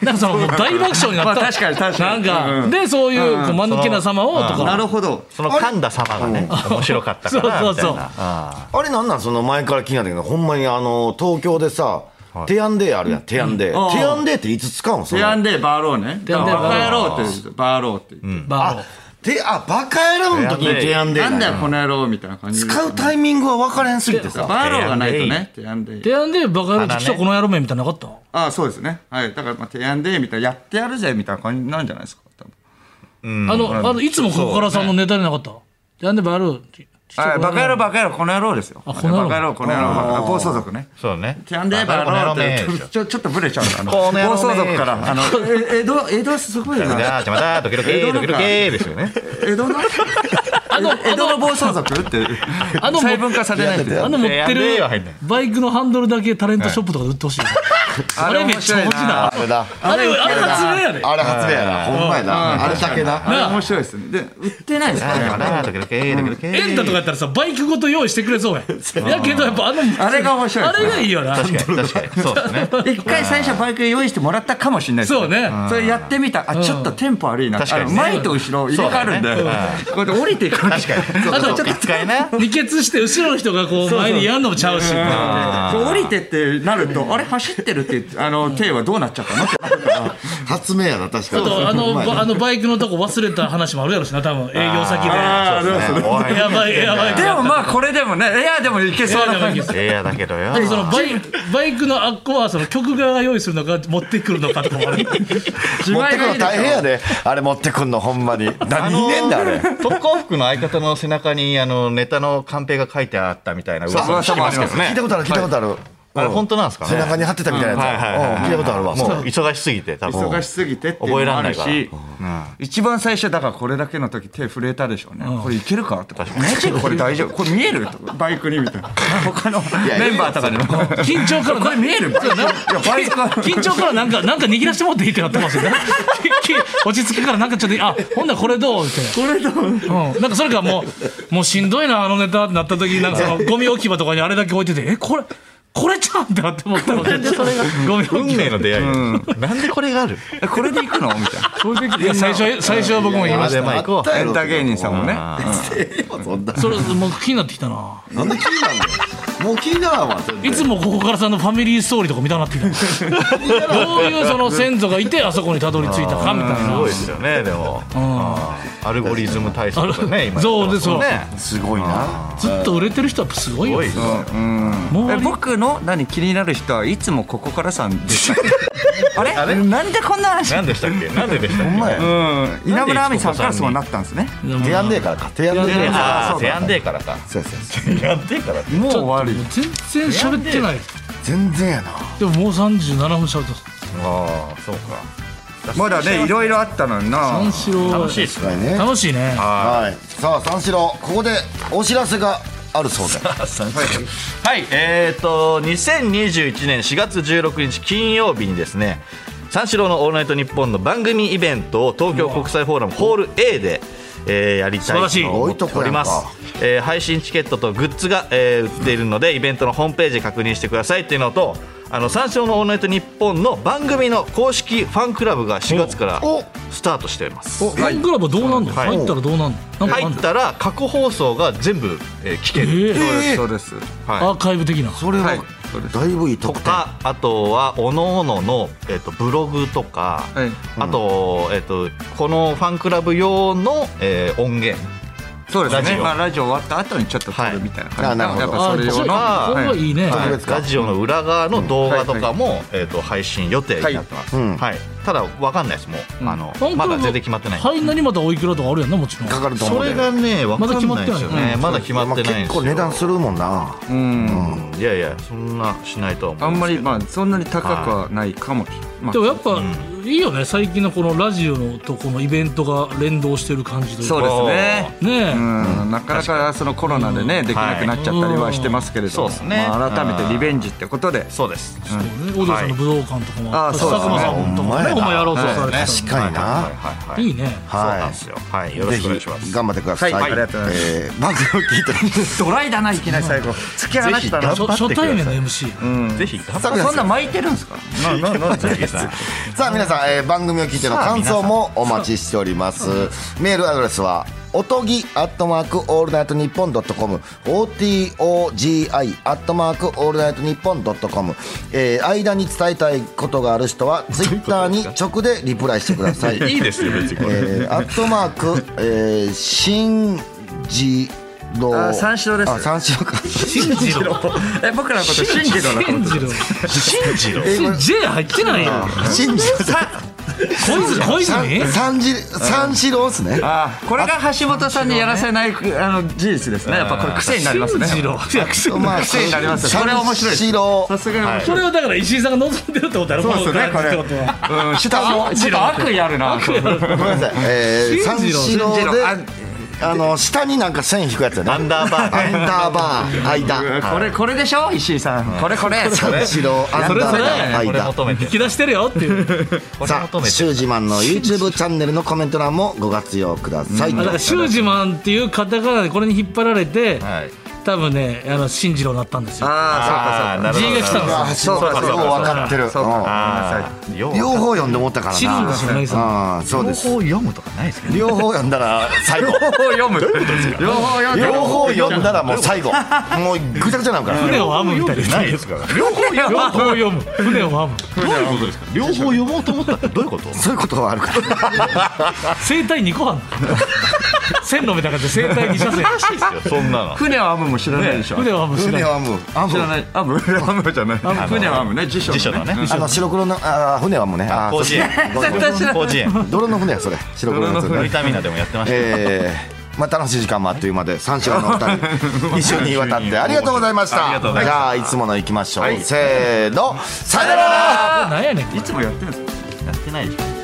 S4: なんかそのもう大爆笑になった
S5: まあ確かに確かに
S4: なん
S5: う
S4: か
S5: ん
S4: でそういうこう間抜けな様をと
S5: な
S4: か
S5: るほど
S6: その噛んだ様がね、面白かったから、
S4: そう
S6: みたい
S4: そうそう
S6: な。あ
S3: あれなんなんその前から気になったけどほんまにあの東京でさテアンデーあるやんテアンデ
S5: う
S3: ー
S5: ん
S3: テアンデーっていつ使うんそ
S5: テ
S3: れ
S5: アンデーバーローね
S4: アンデー
S5: バカ野郎って言うんですよバーローって言って
S4: バーロー
S3: てあバカ野郎の時にテアンデー
S5: なんだよ
S3: んや
S5: この野郎みたいな感じで
S3: 使うタイミングは分からへんすぎてさ
S5: バーローがないとねテアンデー
S4: 提案でバカ野郎ちくしょうこの野郎めみたいなのなかっ
S5: ああそうですねはいだからまあテアンデーみたいなやってやるぜみたいな感じなんじゃないですか多分
S4: たあのあのいつもここからさんのネタでなかった提案でバカ野郎ちくしょうこの
S5: あ
S4: 野郎
S5: バカ野郎バカ野郎この野郎ですよ
S4: あ
S5: バ
S4: こ
S5: カ
S4: の野郎
S5: 野郎この野郎バカ暴走族ね
S6: ーそうね。
S5: テアンデーバーローって
S6: バカ野郎め
S5: ちょちょちょっとブレちゃうあの
S6: この野郎
S5: 暴
S6: ね
S5: 走族からあのえ江戸江戸すごい
S6: じゃ
S5: な
S6: あ、ちまた、ドキドキ、
S5: 江戸の
S6: ドキドキですよね。
S5: 江戸の
S4: あの
S5: 江戸の暴走族って
S4: あの
S5: 細分化されないと
S4: あの持って
S6: 提案では入
S4: る
S6: んない
S4: バイクのハンドルだけタレントショップとかで売ってほしいよねあれめっちゃ面白いな
S3: あれだ
S4: あれあれがつやで
S3: あれ発明やなほんまやなあれだけ
S5: あ
S3: だ
S5: れ面白いですねで売ってないですかねやっ
S6: ド
S5: ぱね
S6: キドキ、ドキドキ。
S4: エンタとかやったらさバイクごと用意してくれそうやんやけどやっぱあの
S5: あれが面白い
S4: あ
S5: ですね
S4: れがいいよな
S6: 確かに、確かに。そうですね。
S5: 一回最初バイク用意してもらったかもしれないです
S4: そうね
S5: それやってみたあちょっとテンポ悪いな
S6: 確か
S5: あ
S6: に
S5: の
S6: ね
S5: 前と後ろ入れ替わるんで
S6: そう
S5: こうやって降りていく確か
S6: あ
S5: あとちょっと
S6: 一回な。
S4: 二欠して後ろの人がこう前にやんのもちゃうし
S5: そう降りてってなるとあれ走ってるって言ってあの手はどうなっちゃったのってなるから
S3: 発明やな確か
S4: あ
S3: に
S4: と
S3: ほ
S4: あ
S3: ん
S4: の
S3: まやな
S4: ばあのバイクのとこ忘れた話もあるやろしな多分営業先で
S5: あーそう
S6: おい
S4: やばいやばい
S5: でもまあこれでもねエアでもいけそうな感じ
S4: で
S6: ええやだけどよ。
S4: そのバイバイクのあっこはその曲側が用意するのか持ってくるのかとかもある
S3: 持ってくの大変やであれ持ってくんのほんまに何言えんだあれ
S6: 特攻服の相方の背中にあのネタのカンペが書いてあったみたいな噂も聞きますけど
S3: 聞いた
S6: ね。
S3: ことある聞いたことある
S6: あれ本当なんですかね
S3: 背中に貼ってたみたいな
S6: はいはいはい
S3: やつうん聞いたことあるわ
S6: もう
S3: それ
S6: 忙しすぎて多分。
S5: 忙しすぎてってい
S6: 覚え
S5: うのも
S6: ら
S5: あ
S6: んな
S5: る
S6: い
S5: し
S6: から。
S5: 一番最初だからこれだけの時手震えたでしょうね、これいけるかとかマジでこれ大丈夫これ見えるとかバイクにみたいな他のメンバーとかにも
S4: 緊張から
S5: これ見えるいやバイクは
S4: 緊張からなんかなんか握らしてもらっていいってなってますよね き落ち着くからなんかちょっとあほんならこれどうって
S5: これだ
S4: うん、なんかそれかもう、もうしんどいな、あのネタってなった時に、なんかそのゴミ置き場とかにあれだけ置いてて、え、これ、これじゃんってなって思ったので、それがゴミ置
S6: 運
S4: き場。
S6: 命の出会いよ。なんでこれがある
S5: えこれで行くのみたいなそれ
S4: いや最初、最初は僕も言いま
S6: あ
S4: した。
S6: でまあ行こう。
S5: エンタ芸人さんもね
S3: そんな
S4: それ、もう気になってきたな。
S3: なんで気になるのもう気にならんわ全然
S4: いつもここからさんのファミリーストーリーとか見たくなってきた。どういうその先祖がいて、あそこにたどり着いたかみたい
S6: す
S4: な
S6: ごい。ですよねでも。うんアルゴリズム体操とかね今。
S4: そうですそう
S6: ね。
S3: すごいな
S4: ずっと売れてる人はすごい
S6: す
S4: よ
S6: ごい。ですよ
S4: もう
S5: え、僕の何気になる人はいつもここからさんでしたあれなんでこんな話
S6: 何でしたっけなんででしたっけ。
S3: ほんまや
S5: うん稲村亜美さんからそうなったんですね
S3: 提案でーからか提案デー
S6: で
S3: から
S6: あー
S5: そうだ
S6: セアンデーからか。
S3: そうそうそう
S6: セアンデーから。
S5: もう終わり
S4: 全然喋ってない。
S3: 全然やな
S4: でももう37分喋ってます。
S6: ああそうか。
S5: まだねいろいろあったのにな
S4: 三四郎。
S6: 楽しいですね。
S3: 確かにね
S4: 楽しいね。
S3: はいさあ三四郎ここでお知らせがあるそうで
S6: はい、えっ、と2021年4月16日金曜日にですね三四郎の「オールナイトニッポン」の番組イベントを東京国際フォーラムホール A で、えーやりたいと思っております
S3: 素晴らしい、
S6: えー配信チケットとグッズが、えー売っているのでイベントのホームページ確認してくださいっていうのとあの三四郎の「オールナイトニッポン」の番組の公式ファンクラブが4月からスタートしております
S4: ファンクラブはどうなんの、
S6: はい
S4: 入ったらどうなんのなんかあん
S6: 入
S4: の
S6: ったら過去放送が全部、えー聞け
S4: え
S6: る、
S4: ー
S3: えー
S5: そうですそうです
S6: はい
S4: アーカイブ的な
S3: それ
S5: は
S3: はい
S5: そうです
S3: だいぶいい
S6: と
S3: 特典
S6: かあとはおのおのの、えっとブログとか、
S5: はい
S6: あと,、えっとこのファンクラブ用の、えー音源
S5: そうです
S6: ラジ
S5: ね
S6: オ
S5: まあラジオ終わった後にちょっと撮るみたいな
S3: はいあ
S5: 感じ
S3: なるほど
S5: やっ
S4: あ
S5: ぱそれ用の
S4: あ
S5: は
S4: これはいいね、
S6: はい
S3: 特別か
S6: ラジオの裏側の動画とかも、えっと配信予定になってます、
S3: は
S6: はいい
S3: うん
S6: ただわかんないですもう、あの
S4: ファンクラブ
S6: まだ全然決まってない、
S4: 入んなにまたおいくらとかあるやんなもちろん
S3: かかると思
S6: そうれ
S3: で
S6: がねわかんないですよねまだ決まってないんです
S3: 結
S6: よ、
S3: 構値段するもんな
S5: うん
S6: いやいやそんなしないとは思
S5: あ
S6: うんです
S5: ま
S6: け
S5: り
S6: ど
S5: まあそんなに高くはないかもしれないまあ
S4: でもやっぱ、いいよね最近のこのラジオのとこのイベントが連動してる感じという
S5: そう
S4: か
S5: ですね。
S4: ねえ、
S5: うん、なかなかそのコロナでね、できなくなっちゃったりはしてますけれども、
S6: うんそうですね
S5: まあ、改めてリベンジってことで、
S6: そうです
S4: そうねオドさんの武道館とかもあったし、
S5: はいあー
S4: 佐久間さんとかね
S3: そうですね
S4: ほんまやろうとされてたんで
S3: 確かにな、
S6: はいはいはい
S4: いいね
S6: そうなんですよはいよろ
S3: ぜ
S6: しくお願い
S3: ひ
S6: します
S3: 頑張ってください、
S5: はいありがとうございます
S3: えー番組を聞いてる
S5: ドライだな、いきなり最後、突き放した
S6: ぜひ頑
S5: な
S6: 張っ
S4: 初初対面の MC
S6: ぜひ頑張
S3: さ
S6: っ
S3: あ皆さ
S5: そ
S3: ん
S5: んな巻いてるんですか。
S3: さあ皆さん、えー番組を聞いての感想もお待ちしておりますメールアドレスはおとぎアットマークオールナイトニッポンドットコム OTOGI アットマークオールナイトニッポンドットコムえー間に伝えたいことがある人はツイッターに直でリプライしてくだ さい
S6: いいですよ別にこれ
S3: えーアットマーク、えー、新次郎
S5: あ三四郎です
S3: あ三四郎か
S4: 信じろ
S5: え、僕らのこと信じろな。
S4: 信じろ
S6: 信じろ
S3: えこれ
S4: J 入ってないよ
S3: 新次郎
S4: 小泉小泉
S3: 三三次三四郎ですね
S5: あ、これが橋本さんにやらせない、あの事実ですね。やっぱこれ癖になりますね。
S4: 信じろいや
S3: まあ
S5: 癖になりますよこれ面白いです
S3: 三四郎
S5: さすがに面
S4: そ
S5: 白い。
S4: れはだから石井さんが望んでるってことだろ
S5: そうですよね、こ
S4: この感
S5: れ。
S4: じってことは
S5: うん、下も、ちょっと悪意あるな。
S3: ごめんなさい、えー、三
S4: 信じろ
S3: 四郎
S5: 信じ
S3: で
S5: ろあ
S3: あの下になんか線引くやつやね
S6: アンダーバー
S3: アンダーバー間
S5: これ、これでしょ石井さん。これ、これ。
S3: 三四郎ア
S4: そ
S3: ン
S4: れ
S3: ダ
S4: それ
S3: ーバー
S6: これ
S3: 間
S6: 求め
S4: 引
S6: て
S4: き出してるよっていう
S6: これ
S3: さ
S6: 求
S3: あ「
S6: め
S3: シ
S6: て
S3: ュージマン」の YouTube チャンネルのコメント欄もご活用ください、
S4: あだからシュージマンっていうカタカナでこれに引っ張られて
S6: はい
S4: 多分ねあの信じろになったんですよ
S5: あ
S6: あーなるほど
S4: G が来たんですよ
S3: あそうかそうか分かってる
S5: そう
S3: うん
S6: あーよう
S3: 両方読んで思ったからな
S4: 知るんですよね
S3: ああそうです
S6: 読むとかないですけど
S3: 両方読んだら最後
S5: そうそう。両方読む。 両方読む。
S3: 両方読んだらもう最後もうぐちゃぐちゃなるから
S4: 船を編むみたいです
S6: ないですから
S5: 両方読
S4: 両
S5: む。
S4: 方読む船を編む
S6: どういうことですか両方読もうと思ったらどういうこと
S3: そういうことはあるから
S4: 生態2個あんの線路みたいな感じで生態2車線
S6: そんなの
S5: 船は編むも知らないでしょ。
S4: 船を編むし
S3: 船
S4: ない
S3: はもうあも
S5: 知
S3: う
S5: らない。あ、ぶ、あぶじゃない。船はあぶね、辞書。
S6: 辞書のね。
S3: あの白黒のあー船はもうね あー
S6: 甲子園
S3: そうですね
S5: 絶対知らない
S6: 甲子園
S3: 泥の船やそれ白黒のやつ
S5: 泥の
S6: 乗
S3: ね
S6: りターミナルでもやってましたよ
S3: えーまあ楽しい時間もあっという間で三四郎のお二人一緒に渡ってありがとうございまし
S6: あり
S3: た
S6: がとうござい
S3: じ
S6: ました
S3: ゃあいつもの行きましょうせーのさよなら
S4: 何やねん
S5: いつもやってるんですか
S6: やってないでしょ